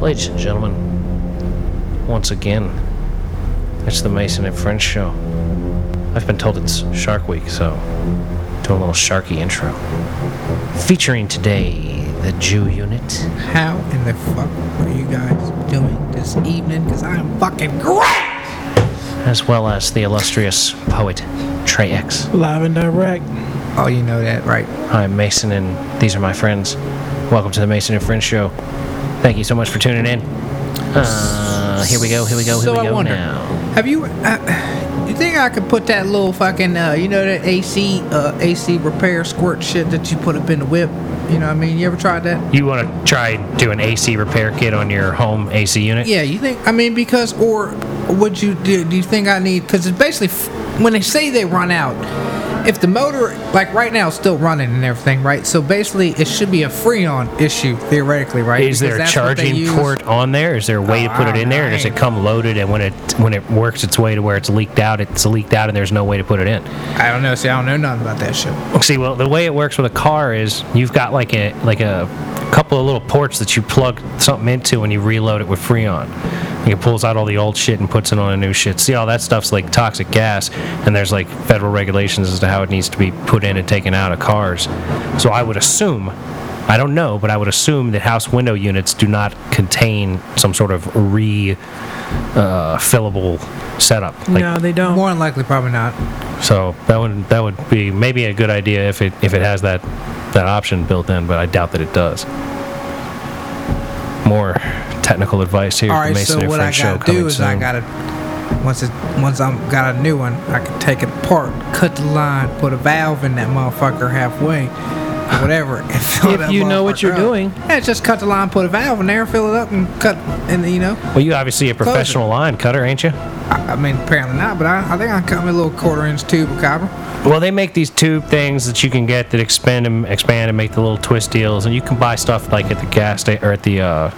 Ladies and gentlemen, once again, it's the Mason and French show. I've been told it's Shark Week, so do a little sharky intro. Featuring today the Jew unit. How in the fuck are you guys doing this evening? Because I'm fucking great! as well as the illustrious poet Trey X. Live and direct. Oh, you know that, right? I'm Mason, and these are my friends. Welcome to the Mason and Friends Show. Thank you so much for tuning in. Uh, here we go, here we go, here so we I go wonder, now. have you. Uh, you think I could put that little fucking, uh, you know, that AC, uh, AC repair squirt shit that you put up in the whip? You know what I mean? You ever tried that? You want to try and do an AC repair kit on your home AC unit? Yeah, you think? I mean, because or would you do? Do you think I need? Because it's basically f- when they say they run out. If the motor, like right now, is still running and everything, right? So basically, it should be a freon issue theoretically, right? Is there Because a that's what they charging use. port on there? Is there a way to put it in there? Or does it come loaded and when it when it works its way to where it's leaked out, it's leaked out and there's no way to put it in? I don't know. See, I don't know nothing about that shit. See, well, the way it works with a car is you've got like a like a couple of little ports that you plug something into and you reload it with Freon. And It pulls out all the old shit and puts it on a new shit. See, all that stuff's like toxic gas, and there's like federal regulations as to how it needs to be put in and taken out of cars. So I would assume, I don't know, but I would assume that house window units do not contain some sort of re uh, fillable setup. Like, no, they don't. More than likely, probably not. so that would that would be maybe a good idea if it if it has that that option built in, but I doubt that it does. More technical advice here. All at the right. Mason So and what I Friends show gotta do coming is I soon. gotta once it once I'm got a new one, I can take it apart, cut the line, put a valve in that motherfucker halfway. Whatever. and fill If that you know what motherfucker you're up. doing. yeah, just cut the line, put a valve in there, fill it up, and cut. And you know, Well, you obviously a professional line cutter, ain't you? I, I mean, apparently not, but I, I think I cut me a little quarter inch tube of copper. Well, they make these tube things that you can get that expand and expand and make the little twist deals, and you can buy stuff like at the gas station or at the uh,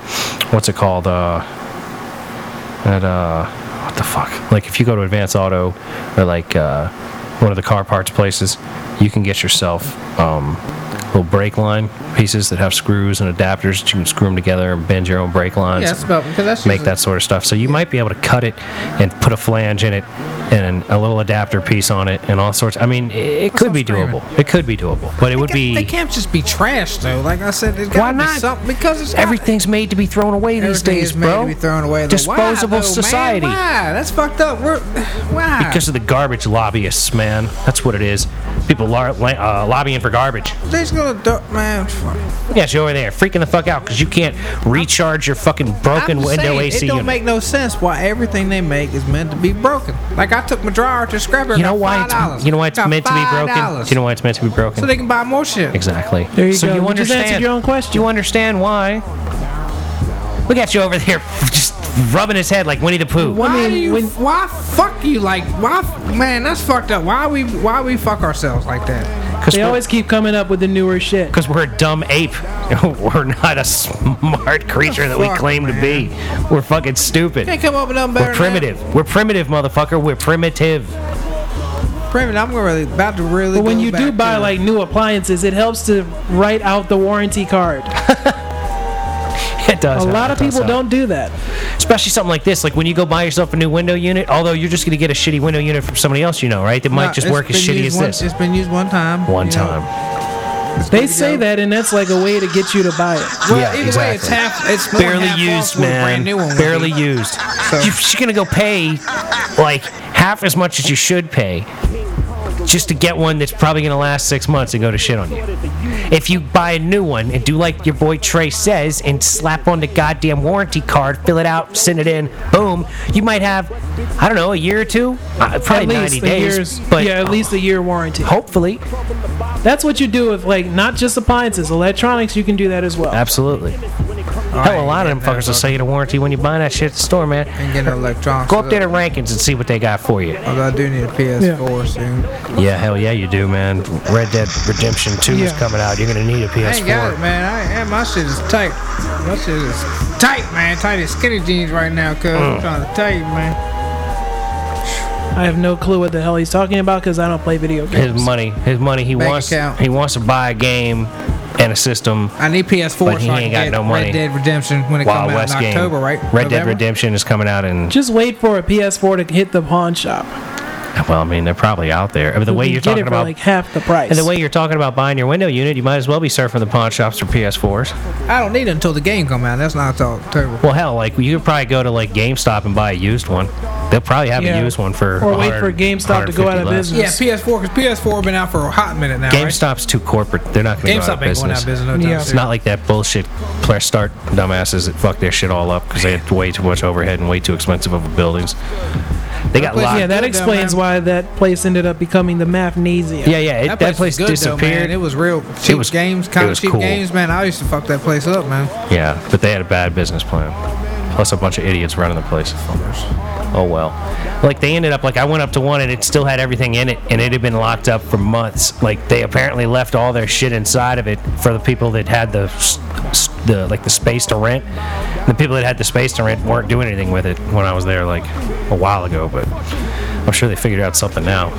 what's it called? Uh, at uh, what the fuck? Like if you go to Advance Auto or like uh, one of the car parts places, you can get yourself um, little brake line pieces that have screws and adapters that you can screw them together and bend your own brake lines Yeah, that's about because that's make usually- that sort of stuff. So you might be able to cut it and put a flange in it and a little adapter piece on it and all sorts. I mean, it, it could be sounds doable. It could be doable, but it would They be can't just be trash though. Like I said, there's Why gotta be not? something because it's gotta- everything's made to be thrown away these Everything days, is made bro. to be thrown away. Though. Why, Disposable though, man? society. Why? That's fucked up. We're, why? Because of the garbage lobbyists, man. That's what it is. People are uh, lobbying for garbage. They're just gonna do- man. fuck. Yes, you're over there freaking the fuck out because you can't recharge your fucking broken I'm just window saying, AC It don't unit. make no sense why everything they make is meant to be broken. Like I took my dryer to scrapper. you know why? It's, It's, you know why it's meant to be broken. $5. Do you know why it's meant to be broken? so they can buy more shit. Exactly. There you so go. You You just understand, answered your own question. You understand why? Look at you over there, just rubbing his head like Winnie the Pooh. What? I Why mean, do you? when- why fuck you? Like why? Man, that's fucked up. Why we? Why we fuck ourselves like that? Because They we're, always keep coming up with the newer shit. because we're a dumb ape. we're not a smart creature that we Fuck, claim to be. We're fucking stupid. Can't come up with nothing better. We're than that. primitive. We're primitive, motherfucker. We're primitive. Primitive. I'm really about to really. But when go you do back buy to- like new appliances, it helps to write out the warranty card. It does. A help, lot it of does people help. don't do that. Especially something like this. Like when you go buy yourself a new window unit, although you're just going to get a shitty window unit from somebody else you know, right? That might Nah, just it's work as been shitty as used one- this. It's been used one time. One you know. time. They say that, and that's like a way to get you to buy it. Well, Yeah, either way, it's exactly. half. It's more than barely half off used, what a Brand man. new one would be. Barely used. So- You- You're gonna go pay like half as much as you should pay just to get one that's probably gonna last six months and go to shit on you. If you buy a new one and do like your boy Trey says and slap on the goddamn warranty card, fill it out, send it in, boom, you might have I don't know a year or two, uh, probably At least 90 a days, year's, but yeah, at least a year warranty. hopefully, That's what you do with like not just appliances, electronics. You can do that as well. absolutely. Hell, a lot of them fuckers will sell you the warranty when you buy that shit at the store, man. And get an electronic. Go up there to Rankins and see what they got for you. Although I do need a PS4 soon. Yeah, hell yeah, you do, man. Red Dead Redemption 2 is Yeah. coming out. You're gonna need a I ain't got it, PS4. man. I, yeah, my shit is tight. My shit is tight, man. Tight as skinny jeans right now, cuz. Mm. I'm trying to tell you, man. I have no clue what the hell he's talking about because I don't play video games. His money, his money. He Bank wants, account. he wants to buy a game and a system. I need PS4 But he so I ain't can got get no money. Red Dead Redemption when it Wild comes out West in game. October, right? Red Dead November? Redemption is coming out in. Just wait for a PS4 to hit the pawn shop. Well, I mean, they're probably out there. I mean, the You way can you're get it talking for about. like half the price. and the way you're talking about buying your window unit, you might as well be surfing the pawn shops for PS4s. I don't need it until the game come out. That's not until October. Well, hell, like you could probably go to like GameStop and buy a used one. They'll probably have Yeah. a used one for Or wait 100, for GameStop to go out of 150 less. business. Yeah, PS4 because PS4 been out for a hot minute now. right? GameStop's too corporate. They're not going to go out of GameStop ain't going out of business no time Yeah. soon. It's not like that bullshit player start dumbasses that fuck their shit all up because they had way too much overhead and way too expensive of a buildings. They got place- locked. yeah, Yeah, that Good, explains man. why that place ended up becoming the Mathnasium. yeah, it, that, place, was good, though, disappeared. man. It was real cheap was- games, it kind of was cheap cool. games, man. I used to fuck that place up, man. yeah, but they had a bad business plan. Plus a bunch of idiots running the place. Oh well. Like they ended up like I went up to one and it still had everything in it and it had been locked up for months. Like they apparently left all their shit inside of it for the people that had the s- s- the like the space to rent. The people that had the space to rent weren't doing anything with it when I was there like a while ago, but I'm sure they figured out something now.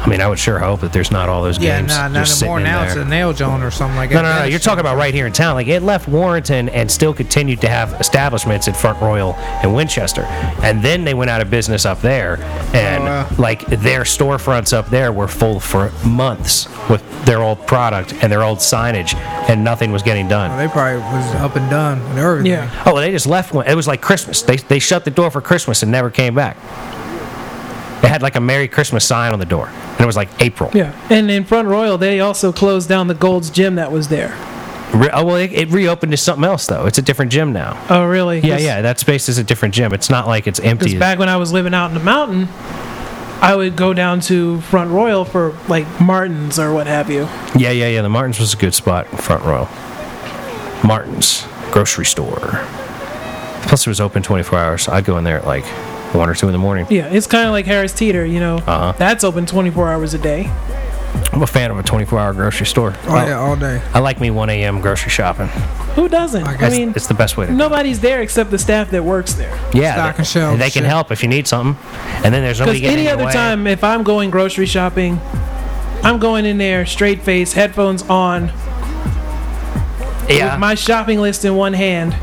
I mean, I would sure hope that there's not all those Yeah, games nah, not just sitting anymore. in Now there. it's a nail joint or something like No, that. no, no. You're talking about right here in town. Like it left Warrenton and still continued to have establishments in Front Royal and Winchester, and then they went out of business up there, and Oh, wow. like their storefronts up there were full for months with their old product and their old signage, and nothing was getting done. They probably was up and done and everything. Yeah. Oh, well, they just left one. It was like Christmas. They they shut the door for Christmas and never came back. They had like a Merry Christmas sign on the door, and it was like April. Yeah. And in Front Royal, they also closed down the Gold's Gym that was there. Re- oh well, it, it reopened to something else though. It's a different gym now. Oh, really? Yeah, 'Cause- yeah, that space is a different gym. It's not like it's empty. Because back when I was living out in the mountain, I would go down to Front Royal for like Martins or what have you. yeah, yeah, yeah. The Martins was a good spot in Front Royal. Martins grocery store. Plus, it was open 24 hours. I'd go in there at like one or two in the morning. Yeah, it's kind of like Harris Teeter, you know. Uh-huh. That's open 24 hours a day. I'm a fan of a 24-hour grocery store. Oh, yeah, all day. I like me 1 a.m. grocery shopping. Who doesn't? I I, guess mean, it's the best way to. nobody's there except the staff that works there. yeah, stock they, and shelves, they can shit. help if you need something. And then there's nobody Because getting any in your other way. time, if I'm going grocery shopping, I'm going in there straight face, headphones on, Yeah, my shopping list in one hand.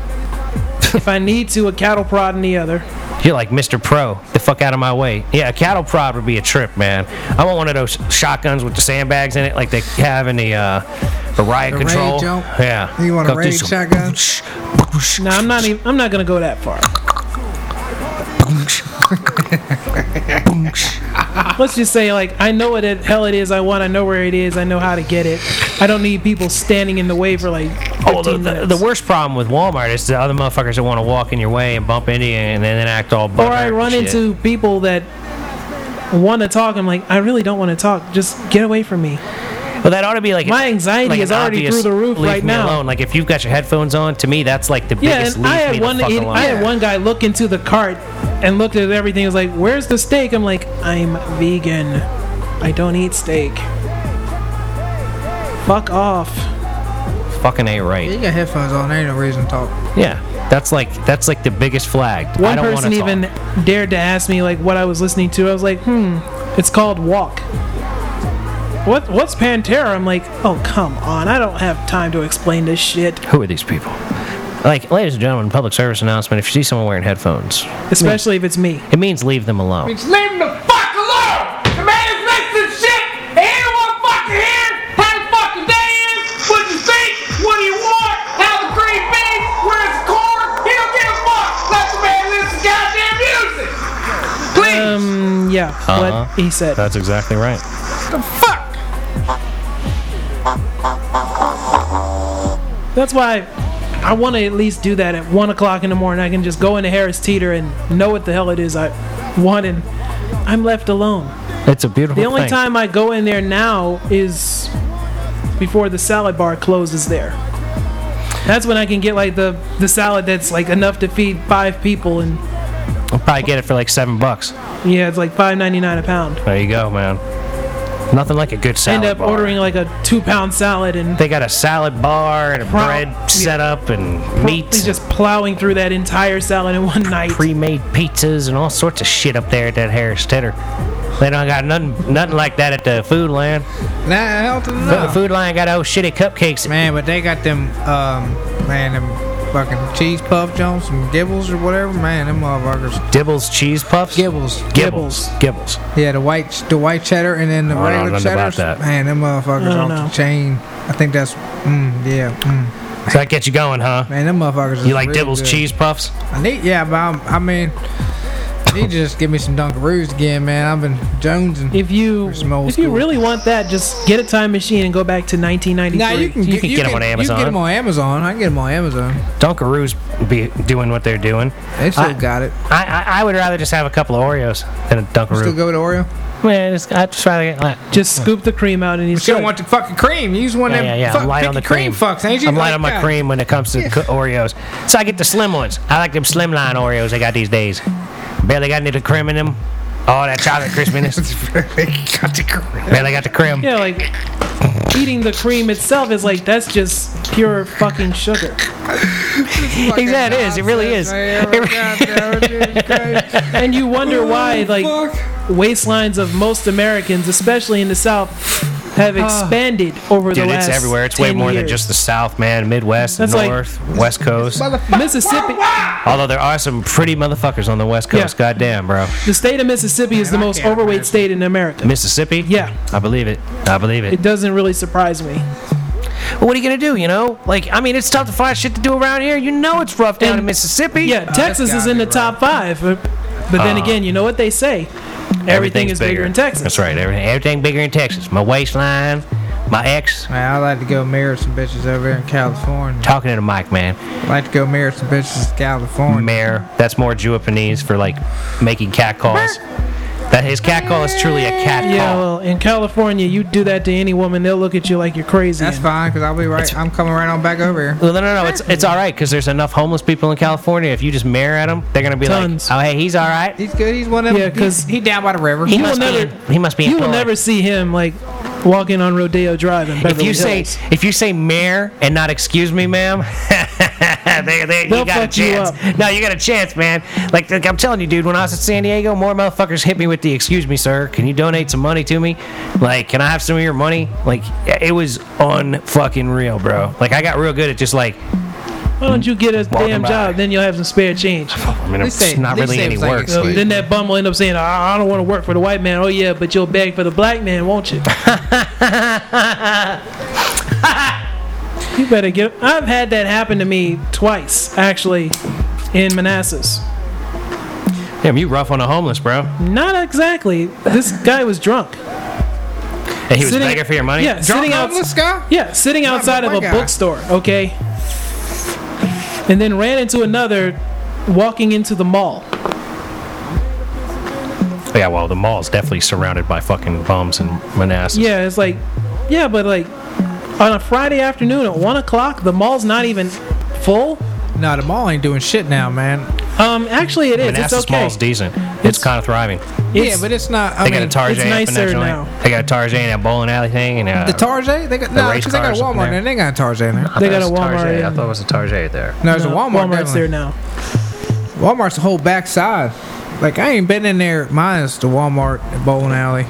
if I need to, a cattle prod in the other. You're like Mr. Pro. The fuck out of my way. Yeah, a cattle prod would be a trip, man. I want one of those shotguns with the sandbags in it, like they have in the uh, the riot The raid control. jump? Yeah. You want a Go do raid some- shotgun? No, I'm not even. I'm not gonna go that far. Let's just say, like, I know what the hell it is I want. I know where it is. I know how to get it. I don't need people standing in the way for like 15 Oh, the, the, minutes. the worst problem with Walmart is the other motherfuckers that want to walk in your way and bump into you and then act all. or I run into people that want to talk. I'm like, I really don't want to talk. Just get away from me. Well, that ought to be like My anxiety like an is already obvious through the roof leave right me now. Alone. Like if you've got your headphones on, to me that's like the Yeah, biggest and leave I me had the one. fuck It, alone. I had one guy look into the cart and looked at everything. He was like, "Where's the steak?" I'm like, "I'm vegan. I don't eat steak." Fuck off. Fucking a right. You got headphones on. There ain't no reason to talk. Yeah, that's like that's like the biggest flag. I One don't wanna person talk. even dared to ask me like what I was listening to. I was like, "Hmm, it's called Walk." What what's Pantera? I'm like, "Oh, come on. I don't have time to explain this shit." Who are these people? Like, ladies and gentlemen, public service announcement if you see someone wearing headphones, Especially if it's me. it means leave them alone. Leave him the fuck alone! The man is mixing shit! And he don't wanna fucking hear how the fucking day is, what you think, what do you want, how the cream be, where's the corn? He don't give a fuck! Let the man listen to goddamn music! Please! Um, yeah, Uh-huh. what he said. That's exactly right. That's why I want to at least do that at one o'clock in the morning. I can just go into Harris Teeter and know what the hell it is I want, and I'm left alone. It's a beautiful The only thing. time I go in there now is before the salad bar closes there. That's when I can get like the the salad that's like enough to feed five people, and I'll probably get it for like seven bucks. yeah, it's like five ninety nine a pound. There you go, man. Nothing like a good salad. End up bar. ordering like a two pound salad and They got a salad bar and a Pro- yeah. bread setup and meat, He's just plowing through that entire salad in one night. pre made pizzas, and all sorts of shit up there at that Harris Titter. They don't got nothing, nothing like that at the food line. Nah, hell to the But no. the food line got old shitty cupcakes. Man, but they got them, um, man, them fucking cheese puff jones and gibbles or whatever. Man, them motherfuckers. Dibbles cheese puffs. Gibbles. Gibbles. Gibbles. Yeah, the white, the white cheddar and then the Oh, I don't know regular nothing cheddar. about that. Man, them motherfuckers I off don't know. the chain. I think that's, mm, yeah, mm. So that gets you going, huh? man, them motherfuckers. is You like really Dibbles good. cheese puffs? I need, yeah, but I'm, I mean, I need to just give me some Dunkaroos again, man. I've been jonesing. If you some old if you school. really want that, just get a time machine and go back to 1993. Now you can You get, can you get 'em on You Amazon. can get them on Amazon. I can get them on Amazon. Dunkaroos be doing what they're doing. They still I- got it. I, I, I would rather just have a couple of Oreos than a Dunkaroo. Still go to Oreo. Man, it's, I just rather get like, just scoop the cream out and you She don't want the fucking cream. You just want yeah, them yeah, yeah. fuck I'm light on the picky cream. fucks, ain't you? I'm light Like on my that. cream when it comes to co- Oreos. So I get the slim ones. I like them slimline Oreos they got these days. Barely got any of the cream in them. Oh, that chocolate crispiness. got the cream. Barely got the cream. yeah, like eating the cream itself is like that's just pure fucking sugar. Yeah, it is. It really is. And you wonder why like fuck. waistlines of most Americans, especially in the South, have Ah. expanded over the Dude, last. it's everywhere. It's way 10 more than years. just the South, man. Midwest, That's like- North, West Coast. Mississippi. Although there are some pretty motherfuckers on the West Coast. Yeah. Goddamn, bro. The state of Mississippi is the most can't overweight imagine. state in America. Mississippi? Yeah. I believe it. I believe it. It doesn't really surprise me. But what are you gonna do? You know, like I mean, it's tough to find shit to do around here. You know, it's rough down And- in Mississippi. Yeah, Texas is Oh, gotta in be the top five. But but then again, you know what they say? Everything is bigger, in Uh, Texas. That's right. Everything, everything bigger in Texas. My waistline, my ex. Man, I like to go marry some bitches over here in California. Talking to the mic, man. I like to go marry some bitches in California. Mare. That's more Japanese for like making cat calls. That his cat call is truly a cat call. Yeah, well, in California, you do that to any woman, they'll look at you like you're crazy. That's fine, cause I'll be right. I'm coming right on back over here. Well, no, no, no. It's it's all right because there's enough homeless people in California. If you just mare at them, they're gonna be Tons. like, "Oh, hey, he's all right. He's good. He's one of them. Yeah, 'cause he, he down by the river. He will must be. never- in- He must be." You will employed. never see him like walking on Rodeo Drive in If Beverly you say Hills. if you say mayor and not excuse me, ma'am, they, they, you They'll got a fuck you chance. up. no, you got a chance, man. Like, like I'm telling you, dude. When I was in San Diego, more motherfuckers hit me with the excuse me, sir. Can you donate some money to me? Like, can I have some of your money? Like, it was unfucking real, bro. Like, I got real good at just like. why don't you get a Walking damn by. job? Then you'll have some spare change. I mean, it's This ain't- not this really any seems like work. excuse- So then that bum will end up saying, I, I don't want to work for the white man. Oh, yeah, but you'll beg for the black man, won't you? you better get. I've had that happen to me twice, actually, in Manassas. Damn, you rough on the homeless, bro. Not exactly. This guy was drunk. And he was begging for your money. Yeah, Drunk sitting outside. homeless guy? Yeah, sitting outside of my a God. bookstore, okay? And then ran into another walking into the mall. Oh, Yeah. Well, the mall's definitely surrounded by fucking bums and Manassas. Yeah, it's like, yeah, but like on a Friday afternoon at one o'clock, the mall's not even full. No, the mall ain't doing shit now, man. Um, actually, it is. Manassas it's okay. Mall's decent. It's- it's kind of thriving. yeah, It's- but it's not. I They mean, got a Tarjay. it's up in nicer that joint. now. They got a Tarjay and that bowling alley thing and uh, The Tarjay? They got no, race because they got cars a up in Walmart there. there. They ain't got a Tarjay in there. I They thought got it a was Walmart, uh, Tarjay. yeah. I thought it was a Tarjay there. No, there's a No, Walmart. Walmart's definitely. there now. Walmart's the whole backside. Like I ain't been in there minus the Walmart and bowling alley.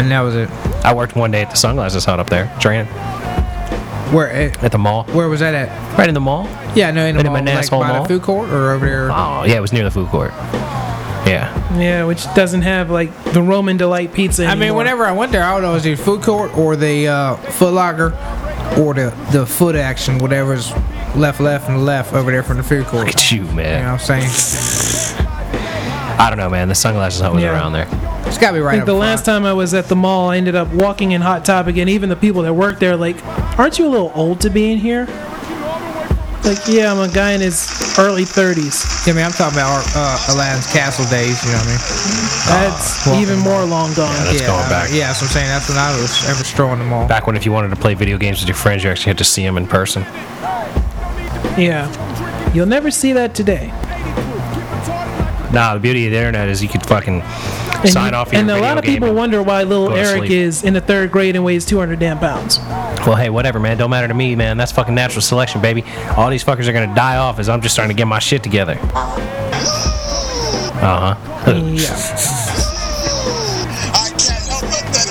And that was it. I worked one day at the sunglasses hut up there, training Where it, at the mall, where was that at? right in the mall. Yeah, no, in the In the mall, like Manasquan by Mall? the food court or over there. Oh yeah, it was near the food court. Yeah, Yeah, which doesn't have like the Roman delight pizza. I mean, anymore. whenever I went there, I would always do food court or the uh, Foot Locker or the the Foot Action, whatever's left, left, and left over there from the food court. look at you, You know man. what I'm saying? I don't know, man. The sunglasses hut was Yeah. around there. It's gotta be right. Like up the front. last time I was at the mall, I ended up walking in Hot Topic, and even the people that worked there, like, aren't you a little old to be in here? Like, yeah, I'm a guy in his early 30s. Yeah, I mean, I'm talking about uh, Aladdin's Castle days. You know what I mean? That's even more long gone. Ah, That's going uh, back. Yeah, that's what I'm saying. That's when I was ever strolling them all. Back when, if you wanted to play video games with your friends, you actually had to see them in person. Yeah. You'll never see that today. Nah, the beauty of the internet is you could fucking sign you- off your and video a lot of game people and- wonder why little go to Eric sleep. is in the third grade and weighs 200 damn pounds. Well, hey, whatever, man. Don't matter to me, man. That's fucking natural selection, baby. All these fuckers are gonna die off as I'm just starting to get my shit together. Uh huh. Yeah. I can't help but that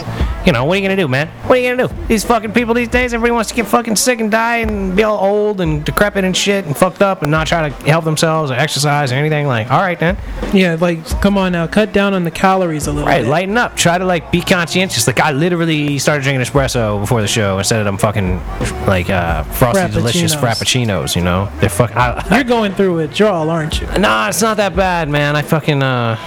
you know, what are you gonna do, man? What are you gonna do? These fucking people these days, everybody wants to get fucking sick and die and be all old and decrepit and shit and fucked up and not try to help themselves or exercise or anything. Like, all right, then. Yeah, like come on now, cut down on the calories a little Right, bit. lighten up. Try to like be conscientious. Like I literally started drinking espresso before the show instead of them fucking like uh, frosty delicious frappuccinos. You know, they're fucking. I, You're going through withdrawal, aren't you? nah, it's not that bad, man. I fucking uh,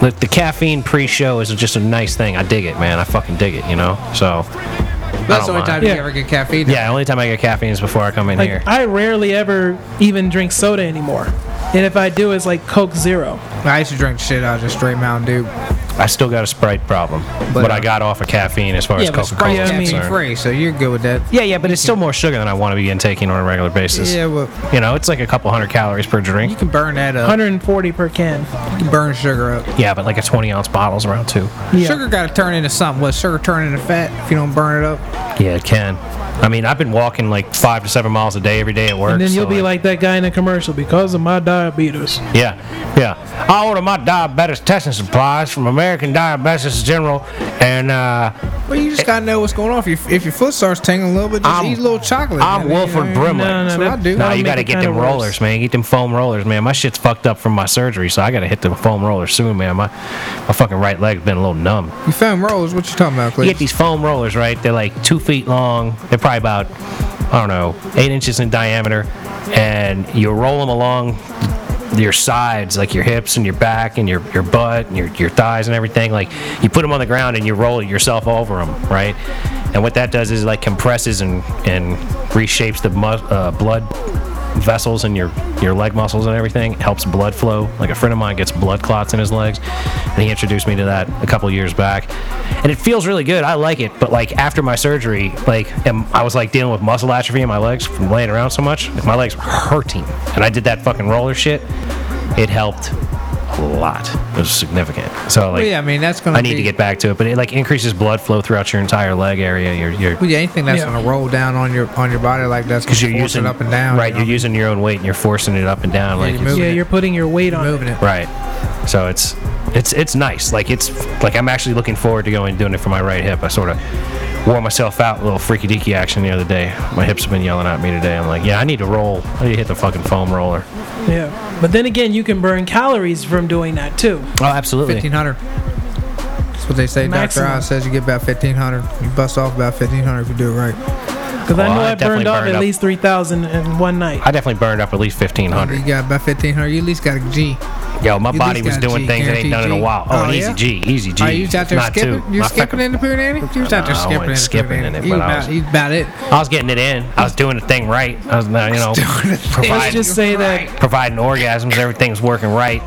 look, the caffeine pre-show is just a nice thing. I dig it, man. I fucking dig it. You know, so That's the only mind. time you Yeah. ever get caffeine. yeah. Only time I get caffeine is before I come in Like here. I rarely ever even drink soda anymore. And if I do it's like Coke Zero. I used to drink shit out of just straight Mountain Dew. I still got a Sprite problem, but, uh, I got off of caffeine as far Yeah, as but Coca-Cola Sprite's is I mean- caffeine concerned. free, so you're good with that. Yeah, yeah, but it's still more sugar than I want to be intaking on a regular basis. Yeah, well, You know, it's like a couple hundred calories per drink. you can burn that up. 140 per can. You can burn sugar up. Yeah, but like a 20 ounce bottle's around two. Yeah. Sugar got to turn into something. Let sugar turn into fat if you don't burn it up. Yeah, it can. I mean, I've been walking like five to seven miles a day every day at work. And then you'll so, be like that guy in a commercial because of my diabetes. yeah, yeah. I order my diabetes testing supplies from American Diabetes General, and uh, Well, you just got to know what's going on. If, your if your foot starts tingling a little bit, just I'm- eat a little chocolate. I'm man. You know what I Wilford mean? Brimley. No, no, That's no, what I that- do. Nah, that'll you gotta make it get them kinda worse. rollers, man. Get them foam rollers, man. My shit's fucked up from my surgery, so I gotta hit the foam rollers soon, man. My my fucking right leg's been a little numb. You found rolls. What you talking about, You Clay? get these foam rollers, right? They're like two feet long. They're probably about, I don't know, eight inches in diameter. And you roll them along your sides, like your hips and your back and your, your butt and your, your thighs and everything. Like you put them on the ground and you roll yourself over them, right? And what that does is like compresses and, and reshapes the mus- uh, blood vessels in your your leg muscles and everything helps blood flow like a friend of mine gets blood clots in his legs and he introduced me to that a couple years back and it feels really good i like it but like after my surgery like am- i was like dealing with muscle atrophy in my legs from laying around so much like, my legs were hurting and i did that fucking roller shit it helped a lot it was significant so like Well, yeah, I mean, that's going I need to get back to it, but it like increases blood flow throughout your entire leg area. Your your Well, yeah, anything that's Yeah. gonna roll down on your on your body like that's because gonna you're force using it up and down. right. you know? You're using your own weight and you're forcing it up and down. like you're it's- moving Yeah, it. you're putting your weight on moving it. it. Right. So it's it's it's nice. Like it's like I'm actually looking forward to going and doing it for my right hip. I sort of wore myself out with a little freaky deaky action the other day. My hips have been yelling at me today. I'm like, yeah, I need to roll. I need to hit the fucking foam roller. Yeah. But then again, you can burn calories from doing that too. Oh, absolutely. Fifteen hundred. That's what they say. Doctor Maximum. Oz says you get about fifteen hundred. You bust off about fifteen hundred if you do it right. Because Well, I know I I, definitely burned off burned at up- least 3,000 in one night. I definitely burned up at least You 1500. got about fifteen hundred. You at least got a G. Yo, my You body just was got doing G, things that ain't done in a guaranteed while. G. Oh, Oh, an yeah? easy G, easy G. Are you was out there Not skipping? two. My You was skipping fucking- in the pooh nanny? You was out No, I there skipping in wasn't the skipping pooh in nanny. it, You but I about, was- you about it. I was getting it in. I was doing the thing right. I was, uh, you know, Let's providing, just say that providing orgasms. Everything's working right.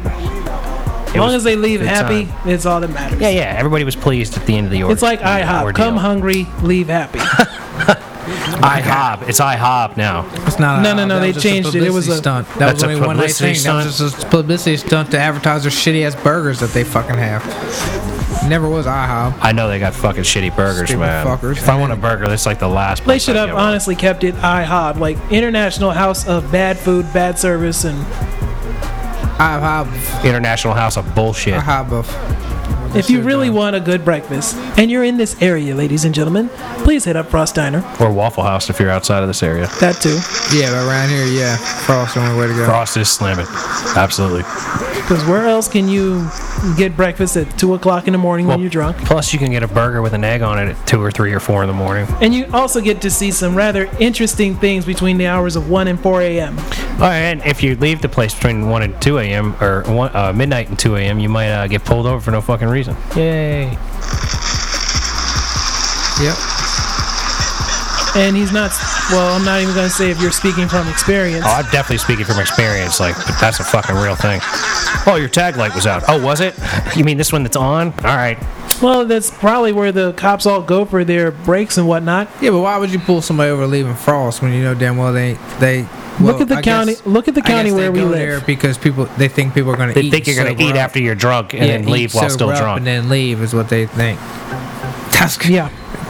as long as they leave good happy, time. it's all that matters. Yeah, yeah. Everybody was pleased at the end of the order. It's like IHOP. Come hungry, leave happy. IHOP. It's IHOP now. It's not. No, a- no, no, that they was just changed it. It was publicity a- stunt. That That's was a only one night publicity thing. That was just a publicity stunt to advertise their shitty ass burgers that they fucking have. Never was IHOP. I know they got fucking shitty burgers, Stupid man. fuckers. If I want a burger, that's like the last. They place should I have get one. honestly kept it IHOP, like International House of Bad Food, Bad Service, and IHOP. International House of Bullshit. IHOP of. if you really want a good breakfast and you're in this area, ladies and gentlemen, please hit up Frost Diner. Or Waffle House if you're outside of this area. That too, Yeah, but around here, yeah, Frost's the only way to go. Frost is slamming. Absolutely. because where else can you get breakfast at two o'clock in the morning Well, when you're drunk? Plus, you can get a burger with an egg on it at 2 or 3 or 4 in the morning. And you also get to see some rather interesting things between the hours of one and four a.m. Oh, and if you leave the place between 1 and 2 a.m. or 1, uh, midnight and 2 a.m., you might uh, get pulled over for no fucking reason. Yay. Yep. And he's not. Well, I'm not even gonna say if you're speaking from experience. Oh, I'm definitely speaking from experience. Like, but that's a fucking real thing. Oh, your tag light was out. Oh, was it? You mean this one that's on? All right. Well, that's probably where the cops all go for their breaks and whatnot. Yeah, but why would you pull somebody over leaving Frost when you know damn well they they Look well, at the I county- guess- look at the I guess county they where we go live. there because people they think people are going to They eat. think you're and gonna sober eat up. after you're drunk and Yeah, then eat leave while still sober up drunk. and then leave is what they think. That's Yeah.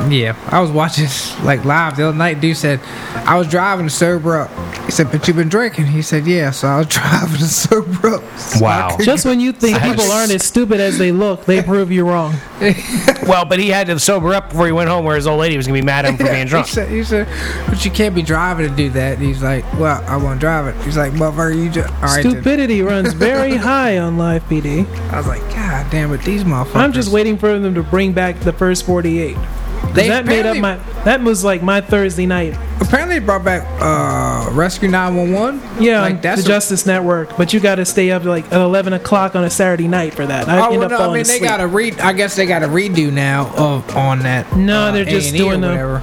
Yeah, I was watching like live the other night. Dude said, I was driving to sober up. He said, but you've been drinking. He said, yeah. So I was driving to sober up. So I Wow. could- Just when you think people aren't as stupid as they look, they prove you wrong. Well, but he had to sober up before he went home, where his old lady was gonna be mad at him for being drunk. He said, he said, but you can't be driving to do that. And he's like, well, I want to drive it. He's like, motherfucker, you just all right. then." Stupidity runs very high on live PD. I was like, God damn it, these motherfuckers. I'm just waiting for them to bring back the first 48. 'Cause They that made up apparently- my. That was like my Thursday night. Apparently, they brought back uh, Rescue 911. Yeah, like the that's a- Justice Network. But you got to stay up like at 11 o'clock on a Saturday night for that. I Oh, end well, up no, I falling mean, they asleep. got to read. I guess they got to redo now of on that. No, uh, they're just A&E or doing the- whatever.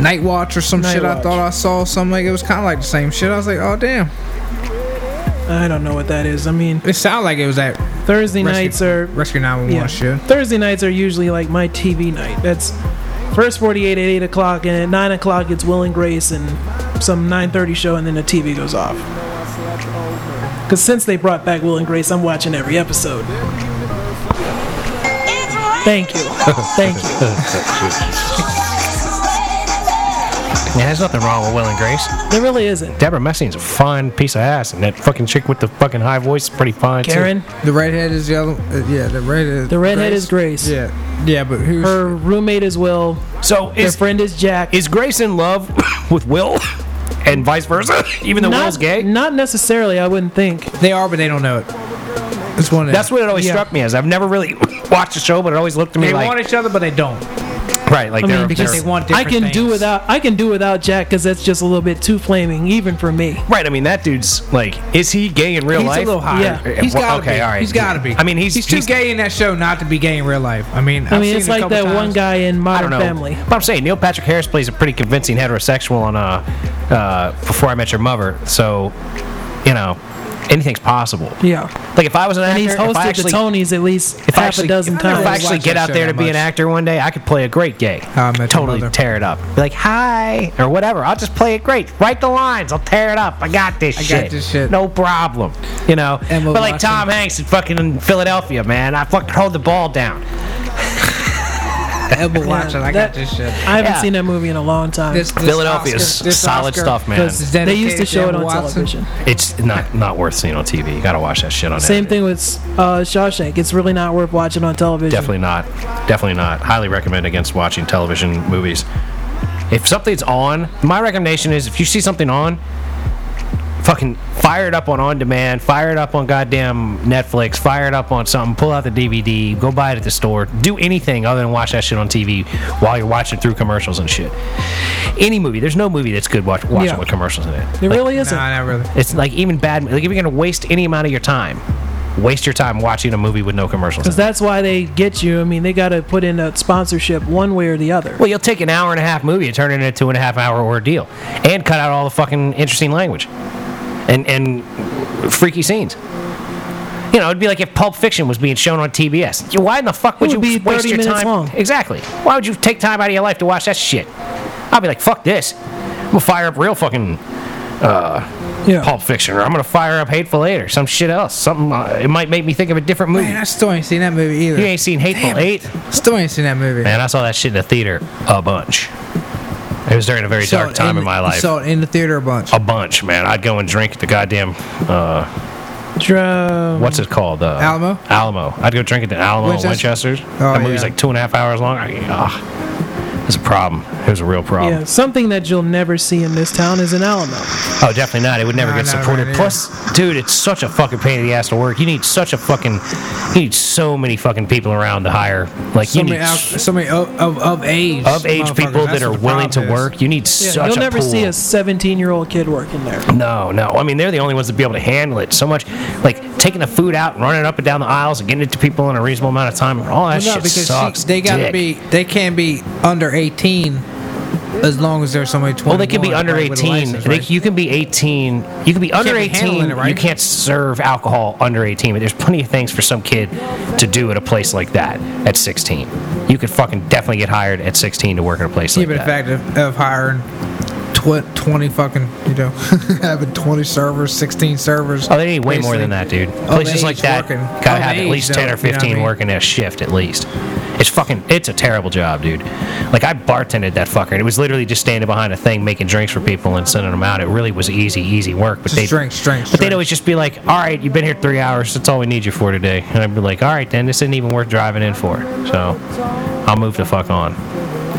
Night Watch or some Night shit. I Watch. thought I saw something like it was kind of like the same shit. I was like, oh damn, I don't know what that is. I mean, it sounded like it was that Thursday Rescue- nights are Rescue 911 yeah. shit. Thursday nights are usually like my TV night. That's first 48 at 8 o'clock, and at 9 o'clock it's Will and Grace and some 9:30 show, and then the TV goes off. Because since they brought back Will and Grace, I'm watching every episode. Thank you, thank you. Yeah, there's nothing wrong with Will and Grace. There really isn't. Deborah Messing's a fine piece of ass, and that fucking chick with the fucking high voice is pretty fine. too. Karen, The redhead is yellow. Uh, yeah, the redhead. the redhead is Grace. Yeah, yeah, but who's Her roommate is Will. So Their is friend is Jack. is Grace in love with Will, and vice versa? Even though not, Will's gay. Not necessarily, I wouldn't think. they are, but they don't know it. It's one. Of That's what it always Yeah. struck me as. I've never really watched the show, but it always looked to me they like want each other, but they don't. right, like I mean, they're, because they're- They want. I Different can do things. without. I can do without Jack because that's just a little bit too flaming, even for me. Right, I mean that dude's like, is he gay in real He's life? a little high. Yeah. He's got to okay, be. all right. He's got to be. I mean, he's he's too gay in that show not to be gay in real life. I mean, I mean, it's like that one guy in I Modern don't know. Family. But I'm saying Neil Patrick Harris plays a pretty convincing heterosexual on uh, uh, Before I Met Your Mother. So, you know, anything's possible. Yeah, Like if I was an and actor, he's if I hosted actually, the Tonys at least if half I actually, a dozen if I times. actually watched get that out show there to that be an much. actor one day, I could play a great gay. How I Met Your totally Mother. tear it up. Be like, hi, or whatever. I'll just play it great. Write the lines. I'll tear it up. I got this I got shit. this shit. No problem. You know. And we'll but like watch Tom Hanks in fucking Philadelphia, man. I fucking hold the ball down. Ever watch it? I got that- this shit. I haven't Yeah. seen that movie in a long time This, this Philadelphia is Oscar- this solid Oscar stuff, man. because is they used dedicated to show it Emma on Watson. television. It's not not worth seeing on TV. You gotta watch that shit on. Same internet. thing with uh, Shawshank. It's really not worth watching on television. Definitely not. Definitely not. Highly recommend against watching television movies. If something's on, my recommendation is if you see something on, fucking fire it up on on demand, fire it up on goddamn Netflix, fire it up on something, pull out the DVD, go buy it at the store, do anything other than watch that shit on TV while you're watching through commercials and shit. Any movie, there's no movie that's good watch, watching Yeah. with commercials in it. It really isn't. Nah, not really. It's like even bad. Like if you're gonna waste any amount of your time, waste your time watching a movie with no commercials. in it. Because that's why they get you. I mean, they got to put in a sponsorship one way or the other. Well, you'll take an hour and a half movie and turn it into a two and a half hour ordeal, and cut out all the fucking interesting language, and and freaky scenes. You know, it'd be like if Pulp Fiction was being shown on TBS. Why in the fuck would It you would be waste 30 your minutes time? long. Exactly. Why would you take time out of your life to watch that shit? I'll be like, fuck this. I'm gonna fire up real fucking yeah. Pulp Fiction, or I'm gonna fire up Hateful Eight, or some shit else. Something uh, it might make me think of a different movie. Man, I still ain't seen that movie either. you ain't seen Hateful Damn it. Eight? Still ain't seen that movie. Man, I saw that shit in the theater a bunch. It was during a very Saw dark it time in, my you life. Oh, Saw it in the theater a bunch. a bunch, man. I'd go and drink at the goddamn uh, Drum. what's it called? Uh, Alamo? Alamo. I'd go drink at the Alamo in Winchester? Winchester's. Oh, that movie's yeah. like two and a half hours long. I, ah, it's a problem. It was a real problem. Yeah, something that you'll never see in this town is an Alamo. Oh, definitely not. It would never No, get no, supported. no, no. Plus, dude, it's such a fucking pain in the ass to work. You need such a fucking, you need so many fucking people around to hire. Like So you many, need al- s- so many of, of, of age. of age motherfuckers. people that That's are what the willing to problem is. work. You need Yeah, such you'll a never pool. see a 17 year old kid working there. No, no. I mean, they're the only ones that be able to handle it. So much, like taking the food out, running up and down the aisles, and getting it to people in a reasonable amount of time. All that Well, no, shit because sucks. she- they gotta dick. be. They can't be under eighteen, as long as there's somebody twenty. Well, they can be under like, with a 18. license, They- right? You can be 18. You can be under be handling 18. it, right? You can't serve alcohol under 18. But there's plenty of things for some kid to do at a place like that at 16. You could fucking definitely get hired at 16 to work at a place Yeah, like but the that. fact of, of hiring tw- 20 fucking, you know, having 20 servers, 16 servers. Oh, they need way more than that, basically. dude. Of Places like age that working. Oh, gotta Of have at age, least though, ten or you know what I fifteen mean? working a shift at least. If It's fucking. It's a terrible job, dude. Like I bartended that fucker, and it was literally just standing behind a thing making drinks for people and sending them out. It really was easy, easy work. But Just they drinks, drinks, But they'd drinks. always just be like, "All right, you've been here three hours. That's all we need you for today." And I'd be like, "All right, then this isn't even worth driving in for." So I'll move the fuck on.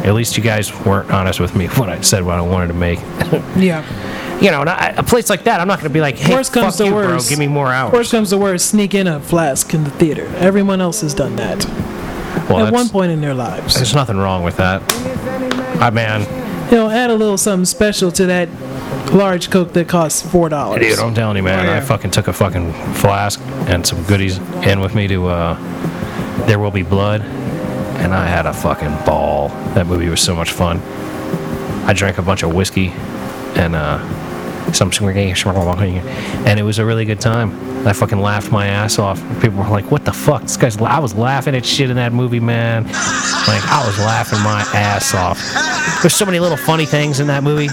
At least you guys weren't honest with me when I said what I wanted to make. Yeah. you know, and I, a place like that, I'm not going to be like, hey, worst fuck comes to you, bro, worst. give me more hours. Worst comes to worst, sneak in a flask in the theater. Everyone else has done that well, at that's- one point in their lives. There's nothing wrong with that. I man, You know, add a little something special to that large Coke that costs four dollars. dude, I'm telling you, man, Oh, yeah. I fucking took a fucking flask and some goodies in with me to uh, There Will Be Blood, and I had a fucking ball. That movie was so much fun. I drank a bunch of whiskey and uh, some and it was a really good time. I fucking laughed my ass off. People were like, "What the fuck? This guy's." la-" I was laughing at shit in that movie, man. Like I was laughing my ass off. There's so many little funny things in that movie.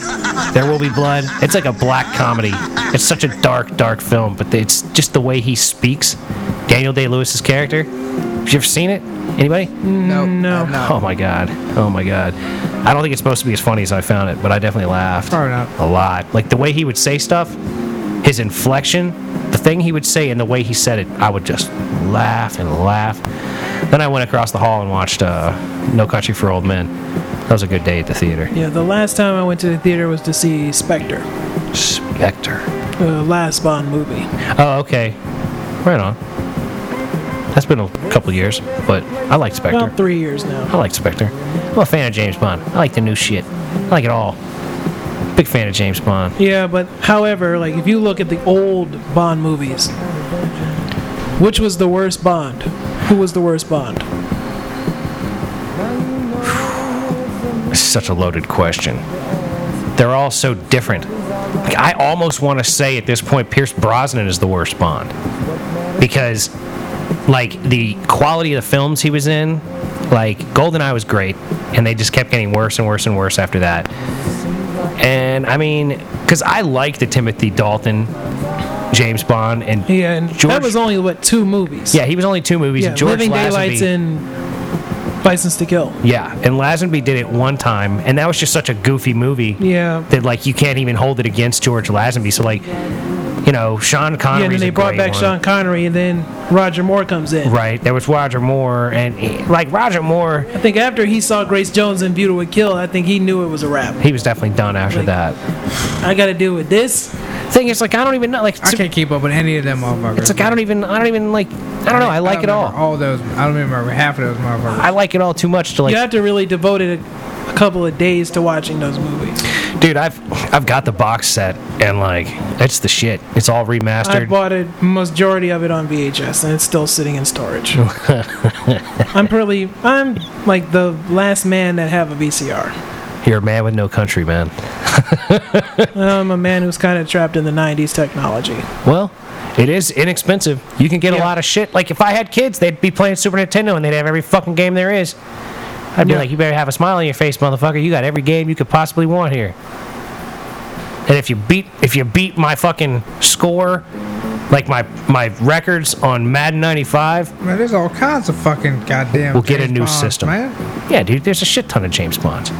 There will be blood. It's like a black comedy. It's such a dark, dark film, but it's just the way he speaks. Daniel Day Lewis's character. Have you ever seen it? Anybody? No, no. Oh my god. Oh my god. I don't think it's supposed to be as funny as I found it, but I definitely laughed. Probably not. A lot. Like the way he would say stuff, his inflection, the thing he would say, and the way he said it, I would just laugh and laugh. Then I went across the hall and watched uh, No Country for Old Men. That was a good day at the theater. Yeah, the last time I went to the theater was to see Spectre, Spectre. the last Bond movie. Oh, okay. Right on. That's been a couple years, but I like Spectre. About three years I now. like Spectre. I'm a fan of James Bond. I like the new shit. I like it all. Big fan of James Bond. Yeah, but however, like if you look at the old Bond movies, which was the worst Bond? Who was the worst Bond? It's such a loaded question. They're all so different. Like, I almost want to say at this point Pierce Brosnan is the worst Bond. Because like the quality of the films he was in, like Goldeneye was great, and they just kept getting worse and worse and worse after that. And I mean, because I like the Timothy Dalton, James Bond, and Yeah, and George- that was only what two movies. yeah, he was only two movies. yeah. and George Living Lazenby, Daylights and License to Kill. Yeah, and Lazenby did it one time, and that was just such a goofy movie. Yeah. That like you can't even hold it against George Lazenby. So like, you know, Sean Connery. yeah, and then they brought back one. Sean Connery, and then Roger Moore comes in. Right. There was Roger Moore, and he- like Roger Moore, I think after he saw Grace Jones in Beautiful Kill, I think he knew it was a wrap. he was definitely done after Like- that. I got to deal with this. Thing is, like I don't even know. Like I can't keep up with any of them motherfuckers. it's like I don't even. I don't even like. I don't know. I like it remember all. All those. I don't remember half of those motherfuckers. I like it all too much to like you have to really devote it a, a couple of days to watching those movies. dude i've i've got the box set and like it's the shit it's all I remastered bought it majority of it on VHS, and it's still sitting in storage. I'm probably I'm like the last man that have a VCR. you're a man with no country man I'm a man who's kind of trapped in the '90s technology. Well, it is inexpensive. You can get a Yeah. lot of shit. Like if I had kids, they'd be playing Super Nintendo and they'd have every fucking game there is. I'd be Yeah. like, you better have a smile on your face, motherfucker. You got every game you could possibly want here. And if you beat if you beat my fucking score, like my my records on Madden 95, Man, there's all kinds of fucking goddamn. We'll get a James new Bonds, system. man. yeah, dude, there's a shit ton of James Bonds.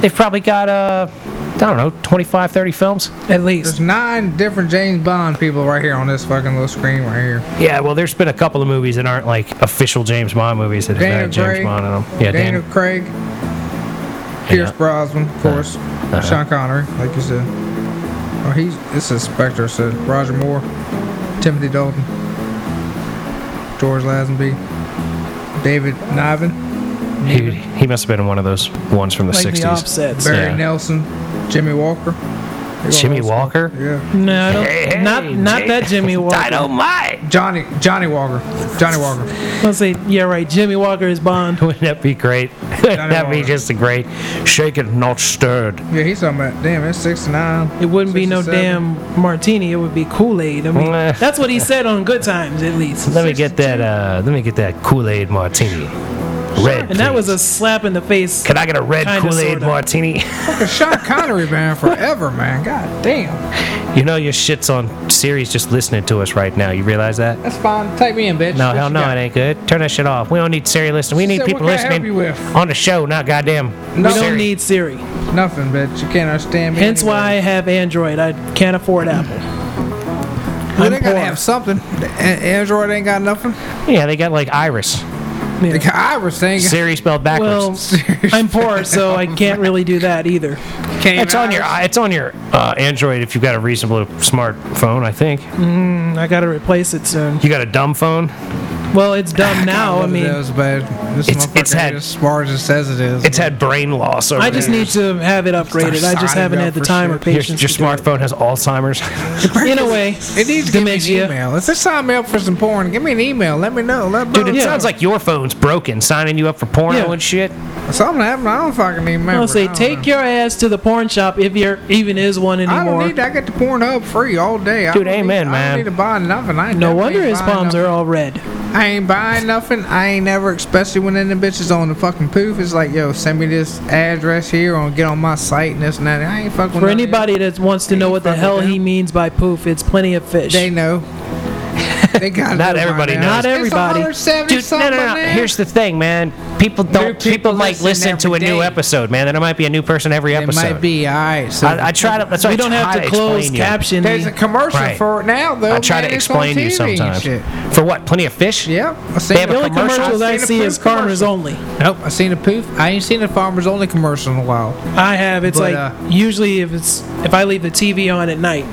They've probably got uh I don't know, 25, 30 films. At least There's nine different James Bond people right here on this fucking little screen right here. Yeah, well, there's been a couple of movies that aren't like official James Bond movies that Daniel have had James Craig. Bond in them. Yeah, Daniel Dan- Craig, Yeah. Pierce Uh-huh. Brosnan, of course, Sean Connery, like you said. Oh, he's this is Spectre. So Roger Moore, Timothy Dalton, George Lazenby, David Niven, he, he must have been in one of those ones from the like the 60s. offsets. Barry Yeah. Nelson, Jimmy Walker. Jimmy Walker? Yeah, No, I don't, Hey, not hey, not Jake. that Jimmy Walker. Dynamite! Johnny Johnny Walker, Johnny Walker. I'll say yeah, right. Jimmy Walker is Bond. Wouldn't that be great? Wouldn't that be Walker. just a great shaken, not stirred? Yeah, he's talking about damn. It's sixty nine. It wouldn't be no 67. damn martini. It would be Kool Aid. I mean, Meh. that's what he said on Good Times, at least. Let me get that. Uh, let me get that Kool Aid martini. Red. And that was please. a slap in the face. Can I get a red Kinda, Kool Aid sorta. martini? Sean Connery man forever, man. God damn. you know your shit's on series just listening to us right now. You realize that? That's fine. Take me in, bitch. No, What hell you no, got? it ain't good. Turn that shit off. We don't need Siri listening. We need So people what can I help listening you with? on the show, not goddamn. No. we don't Siri. need Siri. Nothing, bitch. You can't understand me. Hence anyway. why I have Android. I can't afford Apple. Well, I'm they gotta poor. have something. A- Android ain't got nothing. Yeah, they got like Iris. They got Iris ain't got- Siri spelled Well, backwards. I'm poor, so I can't really do that either. Can't it's even on your Iris. it's on your uh, Android if you've got a reasonable smartphone. I think I gotta replace it soon. you got a dumb phone. Well, it's dumb now. I One of mean, those, but this It's- it's motherfucker had- is as far as it says it is. It's had brain loss over I just the need years. to have it upgraded. I just signing haven't up had the for time or shit. your, patience. your to do it. smartphone has Alzheimer's. in a way, It needs to give me an email. If there's sign me up for some porn, give me an email. Let me know. Let Dude, it Yeah. sounds like your phone's broken, signing you up for porno Yeah. and shit. something happened. I don't fucking remember. I'll I say, don't know. take your ass to the porn shop if there even is one I don't anymore. need. I get the porn up free all day. I Dude, don't amen, need, I man. don't need to buy nothing. I no definitely wonder ain't his buying palms nothing. are all red. I ain't buying nothing. I ain't never, especially when then the bitch is on the fucking poof. It's like, yo, send me this address here or get on my site and this and that. I ain't fucking. with For none of anybody that wants to Ain't know what the fucking hell he down. means by poof, it's plenty of fish. that. they know. They got Not everybody knows. Not everybody. Dude, no, no, no. Here's the thing, man. People don't. people People, like listen listen to a every new day. episode, man. There might be a new person every It episode. might be all right. So I, I try to. That's why we I don't try have to close explain you. caption. There's the- a commercial Right. for it now, though. I try man. to It's on explain to you TV and sometimes. shit. For what? Plenty of fish? Yep. I They have seen a The a only commercial? commercials I I've seen a see is poof commercial. Farmers Only. Nope. I seen a poof. I ain't seen a farmer's only commercial in a while. I have. It's But, like uh, usually if it's if I leave the TV on at night,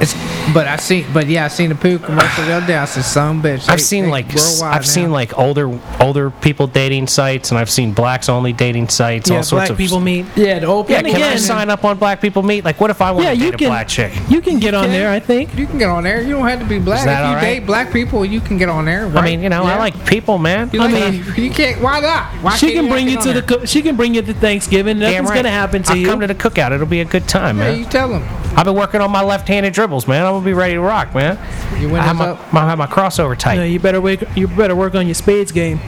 It's, but I seen, but yeah, I seen a poof commercial the other day. I said, "Some bitch." I've they- seen they like s- worldwide I've seen now. like older older people dating sites, and I've seen blacks only dating sites. yeah, all sorts black of people meet. yeah, the old Yeah, people. can I again- sign up on Black People Meet? Like, what if I want Yeah, to you date a can. black chick? You can get on can. there. I think. You can get on there. You don't have to be black. Is If that you alright? date black people, you can get on there. I Right? mean, you know, I Yeah. like people, man. You I like- mean- you can't. Why not? Why She can't can you bring get you on to the there? co- she can bring you to Thanksgiving. Damn Nothing's right. gonna happen to I'll you. come to the cookout. It'll be a good time, Yeah, man. you tell them. I've been working on my left-handed dribbles, man. I'm gonna be ready to rock, man. You I went have up. my, my, I have my crossover tight. no, you better wake, you better work on your spades game.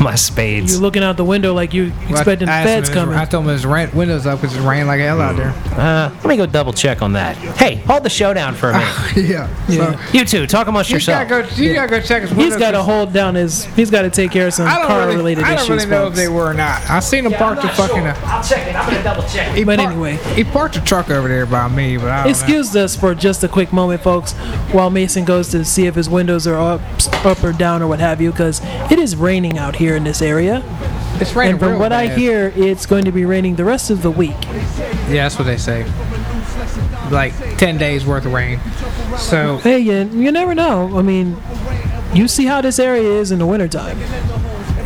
my spades. You're looking out the window like you Well, I expecting the asked him feds if his- coming. I told him his rent windows up because it rained like hell out there. Uh, let me go double check on that. Hey, hold the show down for a minute. yeah. So, you two, talk amongst you gotta yourself. go. You gotta go check his windows. He's got to hold down his. He's got to take care of some I don't car really, related I don't issues. really know folks. if they were or not. I seen him park the fucking. uh, I'll check it. I'm gonna double check. he But parked- anyway. he parked the truck over there by me. But I don't know. Excuse us for just a quick moment, folks, while Mason goes to see if his windows are up, up or down or what have you, because it is raining out here in this area. It's raining. and from real what I bad. hear, it's going to be raining the rest of the week. yeah, that's what they say. Like ten days worth of rain. So Hey, you, you never know. I mean, you see how this area is in the wintertime.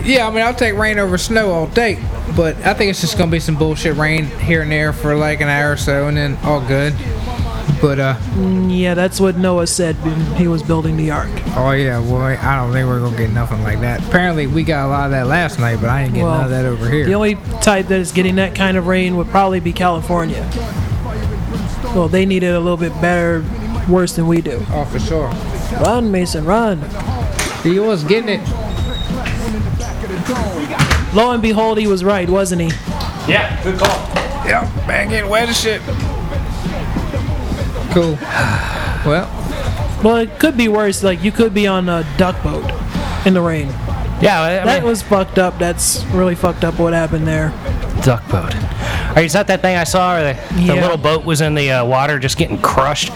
Yeah, I mean, I'll take rain over snow all day, but I think it's just gonna be some bullshit rain here and there for like an hour or so, and then all good. But uh, Yeah, that's what Noah said when he was building the ark. oh yeah, boy, I don't think we're gonna get nothing like that. Apparently, we got a lot of that last night, but I ain't getting none of that over The here. only type that is getting that kind of rain would probably be California. Well, they need it a little bit better, worse than we do. Oh, for sure. Run, Mason, run. He was getting it. Lo and behold, he was right, wasn't he? Yeah, good call. Yep, man, getting wet as shit. Cool. Well, Well, it could be worse. Like, you could be on a duck boat in the rain. Yeah, I mean, That was fucked up. That's really fucked up what happened there. duck boat. All right, is that that thing I saw where the, the Yeah. little boat was in the uh, water just getting crushed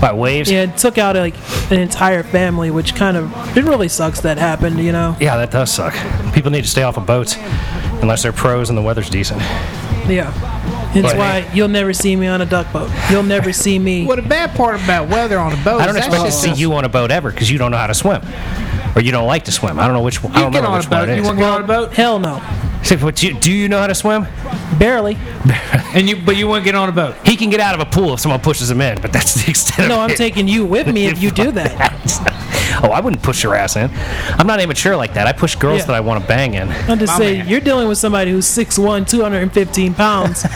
by waves? Yeah, it took out, like, an entire family, which kind of, it really sucks that happened, you know? Yeah, that does suck. People need to stay off of boats unless they're pros and the weather's decent. Yeah. Hence But- why you'll never see me on a duck boat. You'll never see me. well, the bad part about weather on the boat. I is don't that expect to shit's see just- you on a boat ever because you don't know how to swim. Or you don't like to swim. I don't know which one. I You don't get remember on which a one boat. it You is. want to get on a boat, Hell no. See, what you, do you know how to swim? Barely. and you but you want to get on a boat. He can get out of a pool if someone pushes him in, but that's the extent No, of it. I'm taking you with me if you do that. oh, I wouldn't push your ass in. I'm not immature like that. I push girls Yeah. that I want to bang in. I'm just My saying, man. you're dealing with somebody who's 6'1, 215 pounds,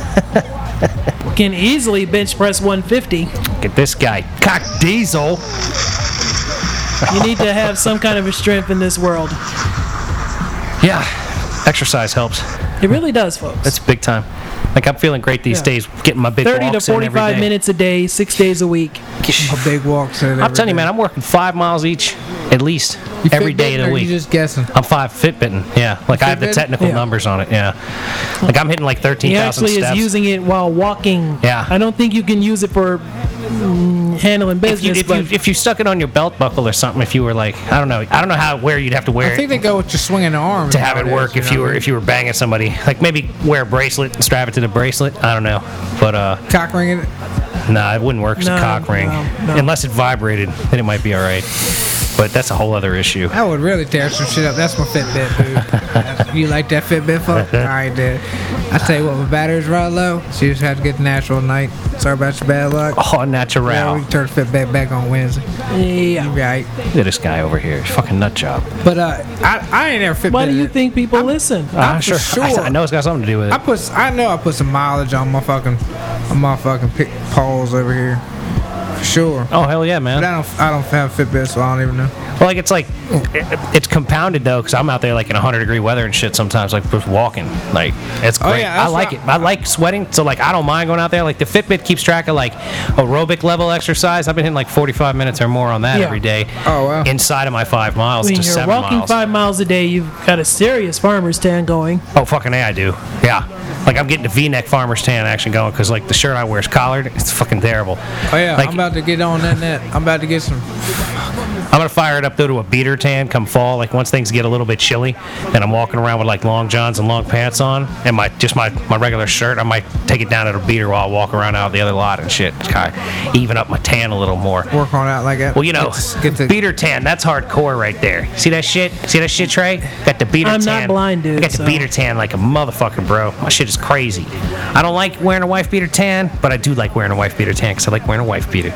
can easily bench press 150. Look at this guy. Cock Diesel. You need to have some kind of a strength in this world. Yeah, exercise helps. It really does, folks. That's big time. Like I'm feeling great these Yeah. days, getting my big 30 to walks in every 45 day. minutes a day, six days a week. A big walks. and I'm telling you, everything. man, I'm working five miles each, at least You every Fitbitting day of or the week. You just guessing. I'm five Fitbitting. Yeah, like I have the Fitbitting? technical Yeah. numbers on it. Yeah, like I'm hitting like He thirteen thousand actually steps. is using it while walking. Yeah. I don't think you can use it for mm, handling if you, business, if, but you, if you stuck it on your belt buckle or something, if you were like, I don't know, I don't know how where you'd have to wear I think it they go with your swinging arm to have it work. If you were if you were banging somebody, like maybe wear a bracelet and strap it to the bracelet. I don't know, but uh, cock ringing. it. nah, it wouldn't work as a No, cock ring no, no. unless it vibrated. Then it might be all right, but that's a whole other issue. That would really tear some shit up. That's my Fitbit, dude. you like that Fitbit, fuck? All right, dude. I tell you what, my batteries run low. So you just have to get the natural night. Sorry about your bad luck. Oh, natural. Yeah, we can turn the Fitbit back on Wednesday. yeah. Right. Look at this guy over here, fucking nut job. But uh, I, I ain't ever Fitbit. Why do you it. think people listen? I'm Ah, for sure. I, I know it's got something to do with it. I put, I know I put some mileage on my fucking, on my fucking pick poles over here, for sure. oh hell yeah, man. But I don't, I don't have Fitbit, so I don't even know. Well, like it's like it- it's compounded though, because I'm out there like in 100 degree weather and shit. Sometimes like just walking, like it's Oh, great. yeah, I that's like what- it. I like sweating, so like I don't mind going out there. Like the Fitbit keeps track of like aerobic level exercise. I've been hitting like 45 minutes or more on that Yeah. every day. Oh, wow. Inside of my five miles When to you're seven walking miles. five miles a day, you've got a serious farmer stand going. Oh fucking a, I do. Yeah. Like I'm getting the V-neck farmer's tan action going because like the shirt I wear is collared. It's fucking terrible. Oh yeah, Like, I'm about to get on that net. I'm about to get some. I'm gonna fire it up though to a beater tan come fall. Like once things get a little bit chilly, and I'm walking around with like long johns and long pants on, and my just my, my regular shirt. I might take it down at a beater while I walk around out the other lot and shit. Just kind of even up my tan a little more. work on out like that. Well, you know, get the beater tan. That's hardcore right there. See that shit? See that shit, Trey? Got the beater I'm not tan. blind, dude, I got the so- beater tan like a motherfucker, bro. My shit is crazy. I don't like wearing a wife beater tan, but I do like wearing a wife beater tan because I like wearing a wife beater.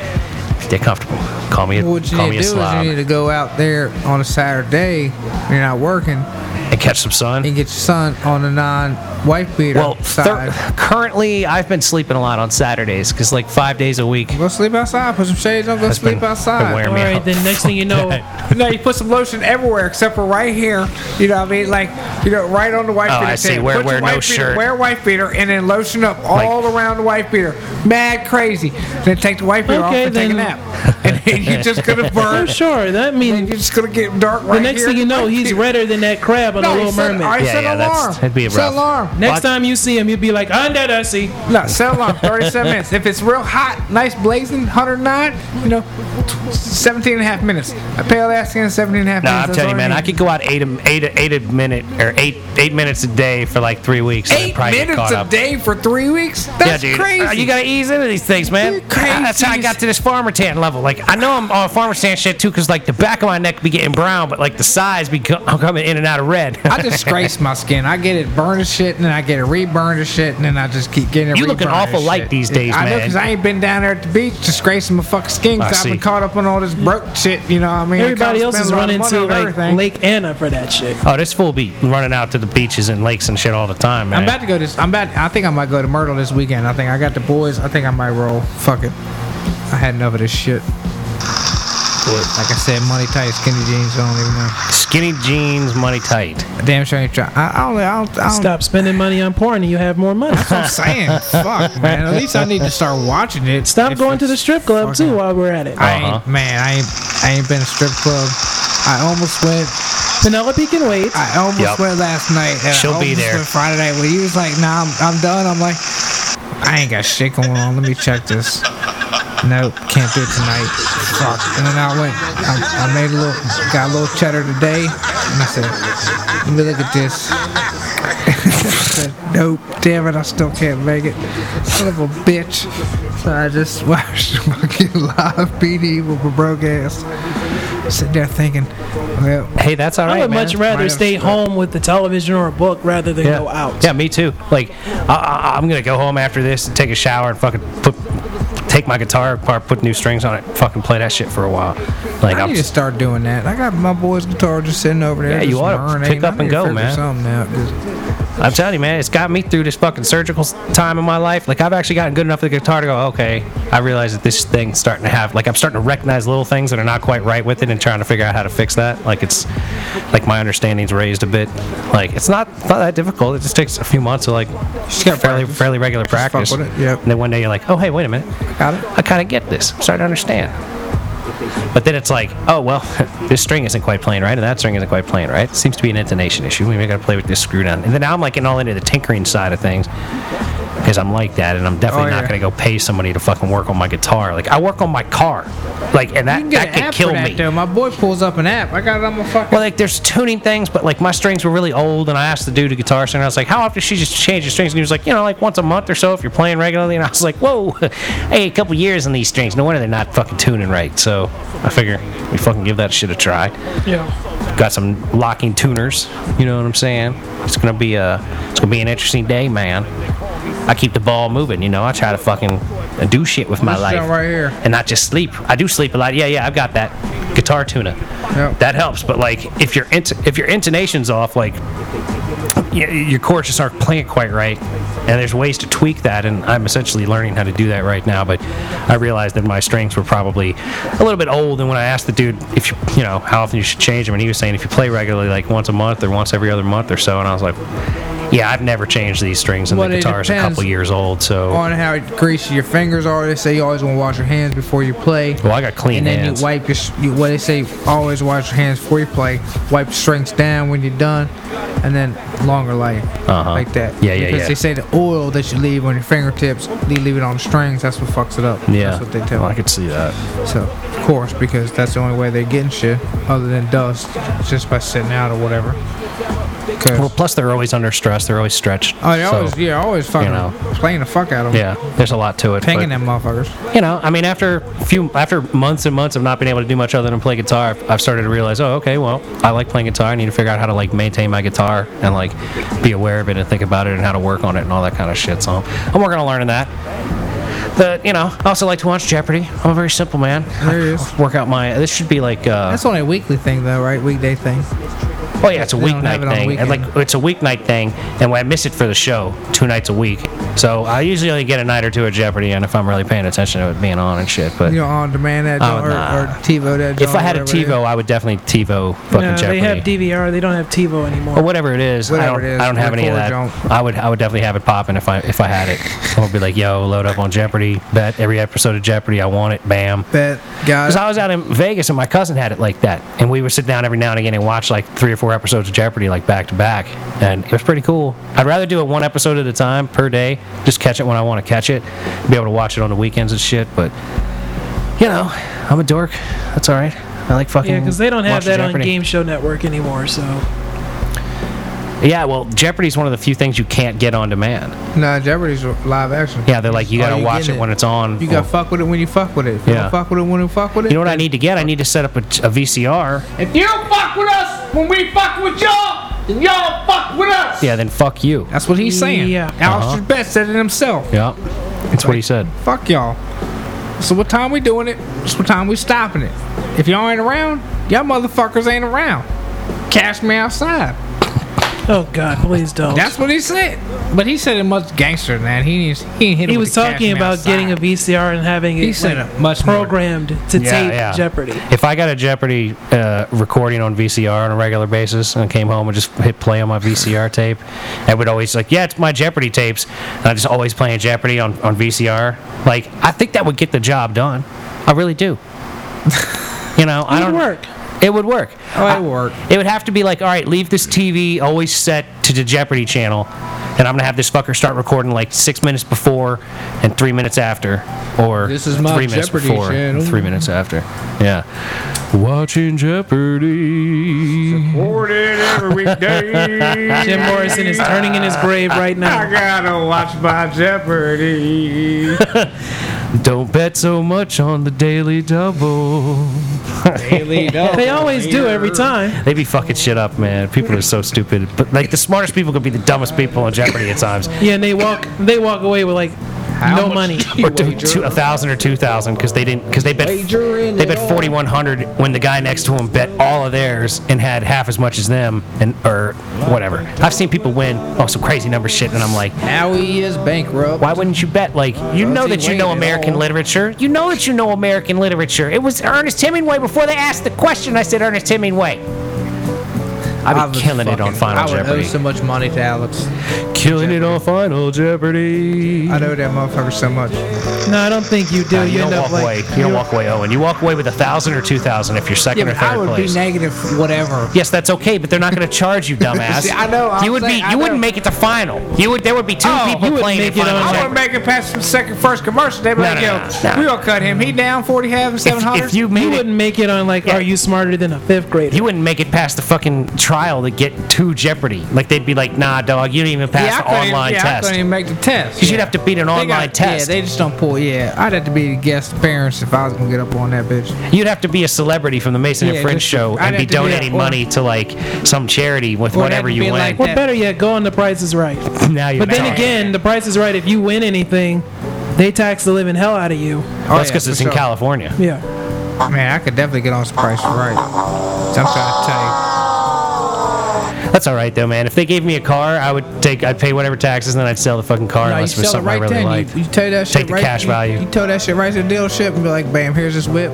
They're comfortable. Call me a what you call need me to a do is you slob need to go out there on a Saturday. You're not working, and catch some sun. and get your son on a non-wife beater Well, thir- side. currently I've been sleeping a lot on Saturdays because like five days a week. go sleep outside. Put some shades on. Go That's sleep been- been outside. wearing All me right, out. then next thing you know, No, you put some lotion everywhere except for right here. You know what I mean? Like, you know, right on the wife Oh, beater. I see. table. Wear- Put your wear no wife beater- shirt. Wear wife beater and then lotion up all around the wife beater. Mad crazy. Then take the wife beater Okay, off and take a then- nap. And then you're just gonna burn. for sure, that And means you're just gonna get dark right the next here. thing you know, he's redder than that crab on No, the he Little said- Mermaid. I Yeah, said yeah, alarm. that's- that'd be a Set rough. alarm. Next Watch- time you see him, you'll be like, "I'm that Dusty." No, set alarm. 37 minutes. If it's real hot, nice blazing, 109, you know, tw- 17 and a half minutes. A pale ass in 17 and a half No, minutes. I'm that's telling you, all man, I need. could go out eight a, eight a, eight a minute or eight eight minutes a day for like three weeks. and then Eight probably get minutes caught a up. day for three weeks? Yeah, That's dude. crazy. Uh, you gotta ease into these things, man. Uh, You're crazy. That's how I got to this farmer tan level. Like, I know I'm on farmer tan shit too, cause like the back of my neck be getting brown, but like the sides be co- coming in and out of red. I disgrace my skin. I get it burned as shit, and then I get it reburned as shit, and then I just keep getting it. You looking reburned as awful light shit. these days, I know man. because I ain't been down there at the beach disgracing my fucking skin I because I've see. been caught up on all this broke shit. You know what I mean? Everybody else is running to into like Lake Anna for that shit. oh, this fool be running out to the beaches and lakes and shit all the time, man. I'm about to go this. I'm about. I think I might go to Myrtle this weekend. I think I got the boys. I think I might roll. Fuck it. I had enough of this shit. Like I said, money tight, skinny jeans. I don't even know. Skinny jeans, money tight. Damn sure I ain't trying. I, I don't. I don't, I don't Stop spending money on porn, and you have more money. I'm saying, fuck, man. At least I need to start watching it. Stop If going to the it's- strip club too fucking- while we're at it. I Uh-huh. ain't, man. I ain't. I ain't been to strip club. I almost went. Penelope can wait. I almost Yep. went last night. And She'll I be almost there. Went Friday night. When he was like, "Nah, I'm, I'm done." I'm like, "I ain't got shit going on. Let me check this." Nope, can't do it tonight. Fuck. And then I went. I, I made a little. Got a little cheddar today. And I said, "Let me look at this." Nope, damn it, I still can't make it. Son of a bitch. So I just watched fucking live PD with my broke ass. Sitting there thinking, well, Hey, that's all right. I would man. much rather Right, stay that's- home with the television or a book rather than yeah. go out. Yeah, me too. Like, I, I, I'm gonna go home after this and take a shower and fucking put, take my guitar apart, put new strings on it, fucking play that shit for a while. Like I I'm need to start doing that. I got my boy's guitar just sitting over there. Yeah, you just oughta marinating. pick up and I need to go, figure man. Something out 'cause I'm telling you, man, it's got me through this fucking surgical s- time in my life. Like I've actually gotten good enough at the guitar to go, okay, I realize that this thing's starting to have, like, I'm starting to recognize little things that are not quite right with it, and trying to figure out how to fix that. Like it's, like my understanding's raised a bit. Like it's not it's not that difficult. It just takes a few months of like gotta fairly practice. fairly regular fuck practice. with it, yep. And then one day you're like, oh hey, wait a minute, Got it. I kind of get this. I'm starting to understand. But then it's like, oh well, this string isn't quite playing right, and that string isn't quite playing right. It seems to be an intonation issue. Maybe I got to play with this screw down. And then now I'm like getting all into the tinkering side of things because I'm like that, and I'm definitely Oh, not yeah. going to go pay somebody to fucking work on my guitar. Like I work on my car, like and You that that can get an could app kill for that me. though. My boy pulls up an app. I got it on my fucking. Well, like there's tuning things, but like my strings were really old, and I asked the dude at guitar center, I was like, "How often she just change your strings?" And he was like, "You know, like once a month or so if you're playing regularly." And I was like, "Whoa, hey, a couple years on these strings. No wonder they're not fucking tuning right." So I figure we fucking give that shit a try. Yeah. Got some locking tuners. You know what I'm saying? It's gonna be a, it's gonna be an interesting day, man. I keep the ball moving. You know, I try to fucking do shit with my This life sound right here. and not just sleep. I do sleep a lot. Yeah, yeah, I've got that guitar tuner. Yep. That helps. But like, if your int- if your intonation's off, like y- your chords just aren't playing quite right, and there's ways to tweak that. And I'm essentially learning how to do that right now. But I realized that my strings were probably a little bit old. And when I asked the dude if you you know how often you should change them, and he was saying if you play regularly, like once a month or once every other month or so, and I was like. Yeah, I've never changed these strings, and Well, the it guitar's a depends couple years old. So on how greasy your fingers are. They say you always want to wash your hands before you play. Well, I got clean and then hands. you wipe your. s- You, what they say, always wash your hands before you play. Wipe your strings down when you're done, and then longer life Uh-huh. like that. Yeah, yeah, because yeah. they say the oil that you leave on your fingertips, you leave it on the strings. That's what fucks it up. yeah, that's what they tell. Well, I me. could see that. So, of course, because that's the only way they're getting shit other than dust, just by sitting out or whatever. 'Cause- Well, plus they're always under stress. They're always stretched. oh, they so, always, yeah, always fucking know. playing the fuck out of them. yeah, there's a lot to it. Pinging but, them motherfuckers. You know, I mean, after a few, after months and months of not being able to do much other than play guitar, I've, I've started to realize, oh, okay, well, I like playing guitar. I need to figure out how to like maintain my guitar and like be aware of it and think about it and how to work on it and all that kind of shit. So I'm working on learning that. But you know, I also like to watch Jeopardy. I'm a very simple man. There he is. Work out my. This should be like. Uh, That's only a weekly thing, though, right? Weekday thing. Oh yeah, it's a They don't weeknight have it on thing. And like weekend. it's a weeknight thing, and I miss it for the show two nights a week. So I usually only get a night or two at Jeopardy, and if I'm really paying attention to it being on and shit. But You know, on demand that Oh, joint or, nah. or TiVo that if joint, I had a whatever it is. TiVo, I would definitely TiVo fucking No, Jeopardy Oh, they have DVR. They don't have TiVo anymore. or whatever it is. I Whatever don't, it is, I don't have any of that. record I would I would definitely have it popping if I if I had it. I would be like, yo, load up on Jeopardy. Bet every episode of Jeopardy. I want it. Bam. Bet, guys. Because I was out in Vegas and my cousin had it like that, and we would sit down every now and again and watch like three or four episodes of Jeopardy like back to back, and it was pretty cool. I'd rather do it one episode at a time per day, just catch it when I want to catch it, be able to watch it on the weekends and shit. But you know, I'm a dork. That's all right. I like fucking. Yeah, because they don't have watching that on Jeopardy. Game Show Network anymore. So Yeah, well, Jeopardy's one of the few things you can't get on demand. Nah, Jeopardy's live action. Yeah, they're like you Oh, gotta you watch getting it when it. it's on. You gotta fuck with it when you fuck with it. If you Yeah. don't fuck with it when you fuck with it. you know what I need to get? I need to set up a, a VCR. If you don't fuck with us when we fuck with y'all, then y'all fuck with us. Yeah, then fuck you. That's what he's saying. Yeah. Alistair Uh-huh. Best said it himself. Yeah, that's what he said. Fuck y'all. So what time we doing it? So what time we stopping it? If y'all ain't around, y'all motherfuckers ain't around. Cash me outside. oh god, please don't. That's what he said. But he said it much gangster than that. He needs, he ain't hit he him with was the cash me talking about outside. getting a VCR and having He it said like, it much more. programmed to tape Jeopardy. If I got a Jeopardy uh, recording on VCR on a regular basis and came home and just hit play on my VCR tape, I would always like, yeah, it's my Jeopardy tapes. And I just always playing Jeopardy on, on VCR. Like, I think that would get the job done. I really do. you know, I It don't would work. It would work. Oh, I- it work. it would have to be like, all right, leave this TV always set to the Jeopardy channel, and I'm gonna have this fucker start recording like six minutes before and three minutes after, or This is my three minutes Jeopardy before channel. and three minutes after. Yeah, watching Jeopardy. Recorded every weekday. Jim Morrison is turning in his grave right now. gotta watch my Jeopardy. Don't bet so much on the Daily Double. They always do every time. They be fucking shit up, man. People are so stupid. But like the smartest people could be the dumbest people on Jeopardy at times. Yeah, and they walk they walk away with like How no much money. or two, two, a thousand or two thousand because they didn't because they bet Wager in they it bet all. forty one hundred when the guy next to him bet all of theirs and had half as much as them and or whatever. I've seen people win oh some crazy number shit and I'm like. Now he is bankrupt. Why wouldn't you bet? Like you know he that you weighing know it American all? literature. You know that you know American literature. It was Ernest Hemingway before they asked the question. I said Ernest Hemingway. I I'd would be killing it on fucking- Final I would Jeopardy. owe so much money to Alex. killing it on Final Jeopardy. I know that motherfucker so much. No, I don't think you do. Uh, Nah, you, you end don't up walk like away. You don't walk away, Owen. You walk away with a thousand or two thousand if you're Yeah, second but or third I would place. be negative whatever. Yes, that's okay, but they're not going to charge you, dumbass. See, I know, I'm you would saying- be. I You wouldn't know. make it to final. You would. There would be two Oh, people you would playing make in it final. I on Jeopardy. Jack- wouldn't make it past the second first commercial. They'd be No, like, no, yo, no, no. we gonna cut him. He down 47, if, 700. if you you made wouldn't it, make it on like, Yeah. are you smarter than a fifth grader? you wouldn't make it past the fucking trial to get to Jeopardy. Like they'd be like, nah, dog, you didn't even pass yeah, I the couldn't even- online yeah, I test. couldn't even make the test. Because you'd Yeah. have to beat an They online got- test. Yeah, they just don't pull. Yeah, I'd have to be the guest parents if I was gonna get up on that bitch. You'd have to be a celebrity from the Mason Yeah, and French just- show I'd and be have to do that, donating or- money to like some charity with Or it'd whatever have to you be win. like Or better yet, go on The Price is Right. now you're But then talking. again, The Price is Right. If you win anything, they tax the living hell out of you. Oh, that's yeah, because for it's in sure. California. Yeah. Man, I could definitely get on some price right. So I'm trying to tell That's all right though, man. If they gave me a car, I would take. I'd pay whatever taxes, and then I'd sell the fucking car you. No, you unless it was sell it something right I really then. liked. You, you tell that shit Take the right. cash you, value. You tell that shit right to the dealership and be like, "Bam, here's this whip.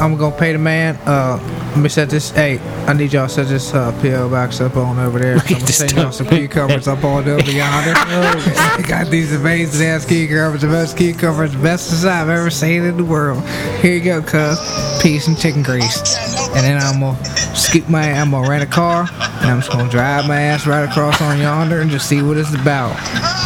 I'm gonna pay the man. Uh, let me set this. Hey, I need y'all to set this uh, PO box up on over there. I'm gonna this send y'all stuff. some cucumbers up on over yonder. I got these amazing ass cucumbers, the best cucumbers, the best as I've ever seen in the world. Here you go, cuz. Peace and chicken grease. And then I'm gonna scoop my, I'm gonna rent a car, and I'm just gonna drive my ass right across on yonder and just see what it's about.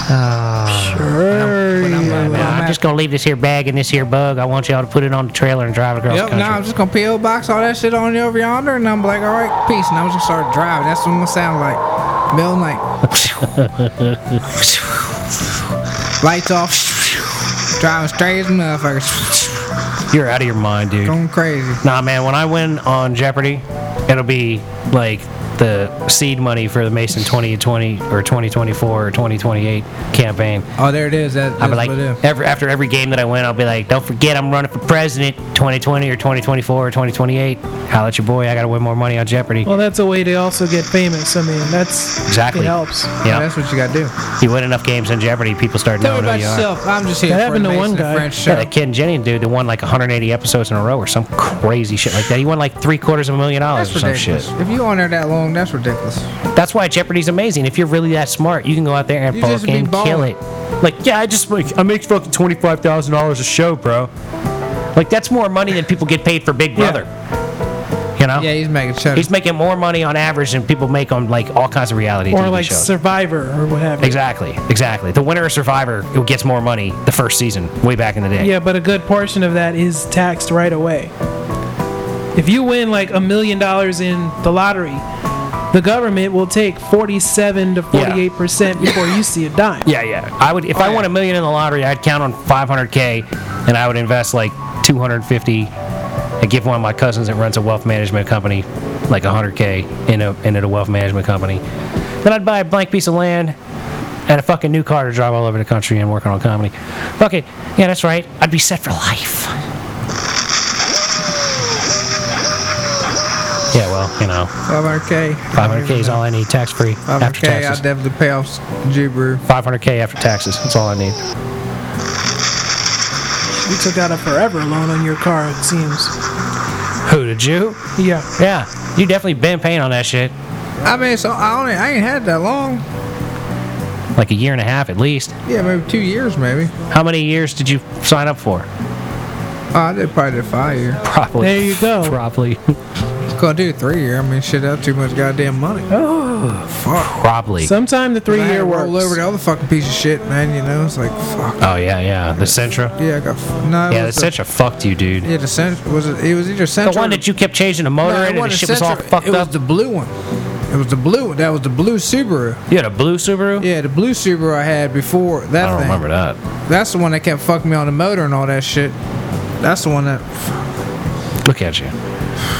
But I'm, Nah, where I'm I'm at. just gonna leave this here bag and this here bug. I want y'all to put it on the trailer and drive it across Yep, the now country. I'm just gonna PO box all that shit on you over yonder, and I'm like, all right, peace. And I'm just gonna start driving. That's what I'm gonna sound like. Middle night. Lights off. Driving straight as a motherfucker. You're out of your mind, dude. Going crazy. Nah, man. When I win on Jeopardy, it'll be like the seed money for the Mason 2020 or 2024 or 2028 campaign. Oh, there it is. That, I'll that's be what it is. like, every, after every game that I win, I'll be like, don't forget I'm running for president 2020 or 2024 or 2028. Holla at your boy. I got to win more money on Jeopardy. Well, that's a way to also get famous. I mean, that's exactly. It helps. Yeah. That's what you gotta do. You win enough games on Jeopardy, people start Tell knowing me who about you are. yourself. I'm just here. That for happened to the Mason one and guy. French Yeah, show. that kid Jennings dude that won like 180 episodes in a row or some crazy shit like that. He won like three quarters of a million dollars That's or some shit. ridiculous. If you on there that long, that's ridiculous. That's why Jeopardy's amazing. If you're really that smart, you can go out there and You just be fucking kill balling. it. Like, yeah, I just like I make fucking twenty five thousand dollars a show, bro. Like that's more money than people get paid for Big Brother. You know, Yeah, he's making shows. he's making more money on average than people make on like all kinds of reality Or TV like shows. Survivor or what have you. exactly, exactly. The winner of Survivor who gets more money the first season, way back in the day. Yeah, but a good portion of that is taxed right away. If you win like a million dollars in the lottery, the government will take 47 to 48 percent before you see a dime. Yeah, yeah. I would if I won a million in the lottery, I'd count on 500k, and I would invest like 250, and give one of my cousins that runs a wealth management company like 100k in a into the wealth management company. Then I'd buy a blank piece of land and a fucking new car to drive all over the country and work on comedy. Fuck it. Yeah, that's right. I'd be set for life. Yeah, well, you know, 500k. 500k is all I need, tax free after 500k. I'd taxes. definitely pay off Jubru. 500k after taxes. That's all I need. You took out a forever loan on your car, it seems. Who did you? Yeah. Yeah, you definitely been paying on that shit. I mean, so I only I ain't had that long. Like a year and a half at least. Yeah, maybe two years, maybe. How many years did you sign up for? Oh, I did probably did five year. Probably. There you go. Probably. Gonna do three year. I mean, shit, that's too much goddamn money. Probably. Sometime the I had to three-year Oh, works. roll over the other fucking piece of shit, man. You know, it's like fuck. oh yeah, yeah. The Sentra. Yeah, I got f- no. it Yeah, the was Sentra fucked you, dude. Yeah, the Sentra was it? It was either Sentra. The one that you kept changing the motor no, in it and the wasn't shit was all Sentra. fucked It was up. the blue one. It was the blue one. That was the blue Subaru. you had a blue Subaru. Yeah, the blue Subaru I had before that I don't thing. remember that. That's the one that kept fucking me on the motor and all that shit. That's the one that. Look at you,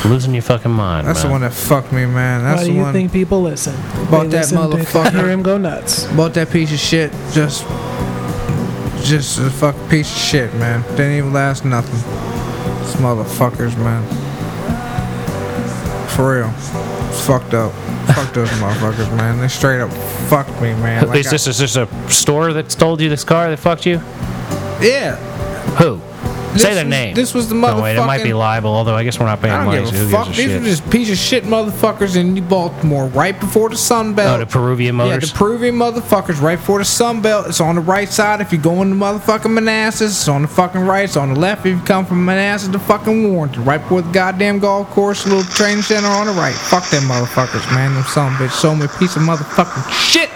losing your fucking mind. That's the man. one that fucked me, man. That's Why the do you one. think people listen? They Bought that listen to motherfucker. Hear him go nuts. bought that piece of shit just just a fuck piece of shit, man. Didn't even last nothing. These motherfuckers, man. For real. It's fucked up. Fuck those motherfuckers, man. They straight up fucked me, man. Like is I- this is this a store that sold you this car that fucked you? yeah. Who? Say This their was- name. this was the No, wait, it might be motherfucking- liable. Although I guess we're not paying I money. don't so who give a fuck. gives a These shit? are just piece of shit motherfuckers in New Baltimore right before the Sun Belt. oh, the Peruvian Yeah, Motors. the Peruvian motherfuckers right for the Sun Belt. It's on the right side if you go into motherfucking Manassas. It's on the fucking right. It's on the left if you come from Manassas to fucking Warrenton. Right before the goddamn golf course, little training center on the right. Fuck them motherfuckers, man. Them son of a bitch sold me a piece of motherfucking shit.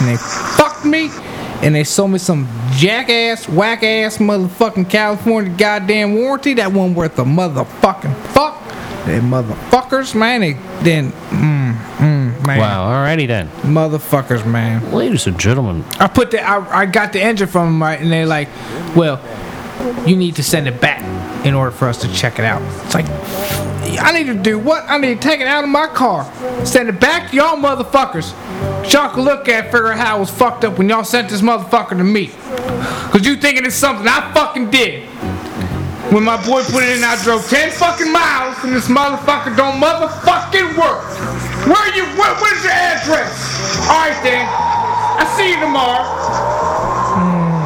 And they fucked me. And they sold me some jackass, whack ass motherfucking California goddamn warranty. That one worth a motherfucking fuck. They motherfuckers, man. They then, mm, mm, man. wow. Alrighty then, Motherfuckers, man. ladies and gentlemen. I put the I, I got the engine from them right, and they're like, "Well, you need to send it back in order for us to check it out." It's like, I need to do what? I need to take it out of my car, send it back to y'all motherfuckers. Y'all can look at, it, figure out how it was fucked up when y'all sent this motherfucker to me. Cause you thinking it's something I fucking did. When my boy put it in, I drove 10 fucking miles, and this motherfucker don't motherfucking work. Where you? What, what is your address? All right then. I see you tomorrow. Hmm.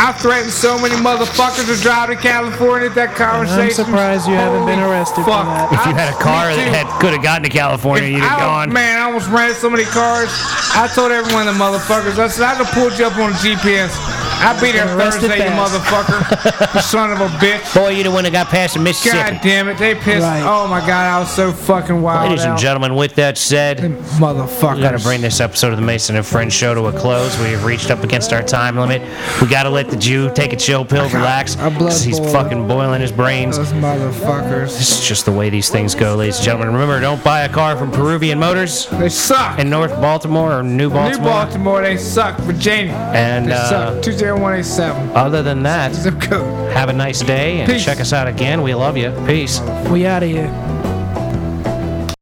I threatened so many motherfuckers to drive to California at that conversation. surprised you haven't been Holy arrested for fuck. that. If you I- had a car me that too. had could have gotten to California, you'd have I- gone. Man, I almost ran so many cars. I told everyone the motherfuckers. I said I done pulled you up on the GPS. I'll be there Arrested Thursday, you fast. motherfucker. you son of a bitch. Boy, you the one that got past the Mississippi. God Oh, damn it, they pissed. Right. Oh my god, I was so fucking wild. Ladies and out. gentlemen, with that said, motherfuckers. we got to bring this episode of the Mason and Friends show to a close. We have reached up against our time limit. We got to let the Jew take a chill pill, relax, our blood 'cause he's boiled. fucking boiling his brains. Those motherfuckers. It's just the way these things go, ladies and gentlemen. Remember, don't buy a car from Peruvian Motors They suck. in North Baltimore or New Baltimore. New Baltimore, they suck. Virginia, And, they uh, suck. 20187. Other than that, Zip code. have a nice day and Peace. check us out again. We love you. Peace. We out of here.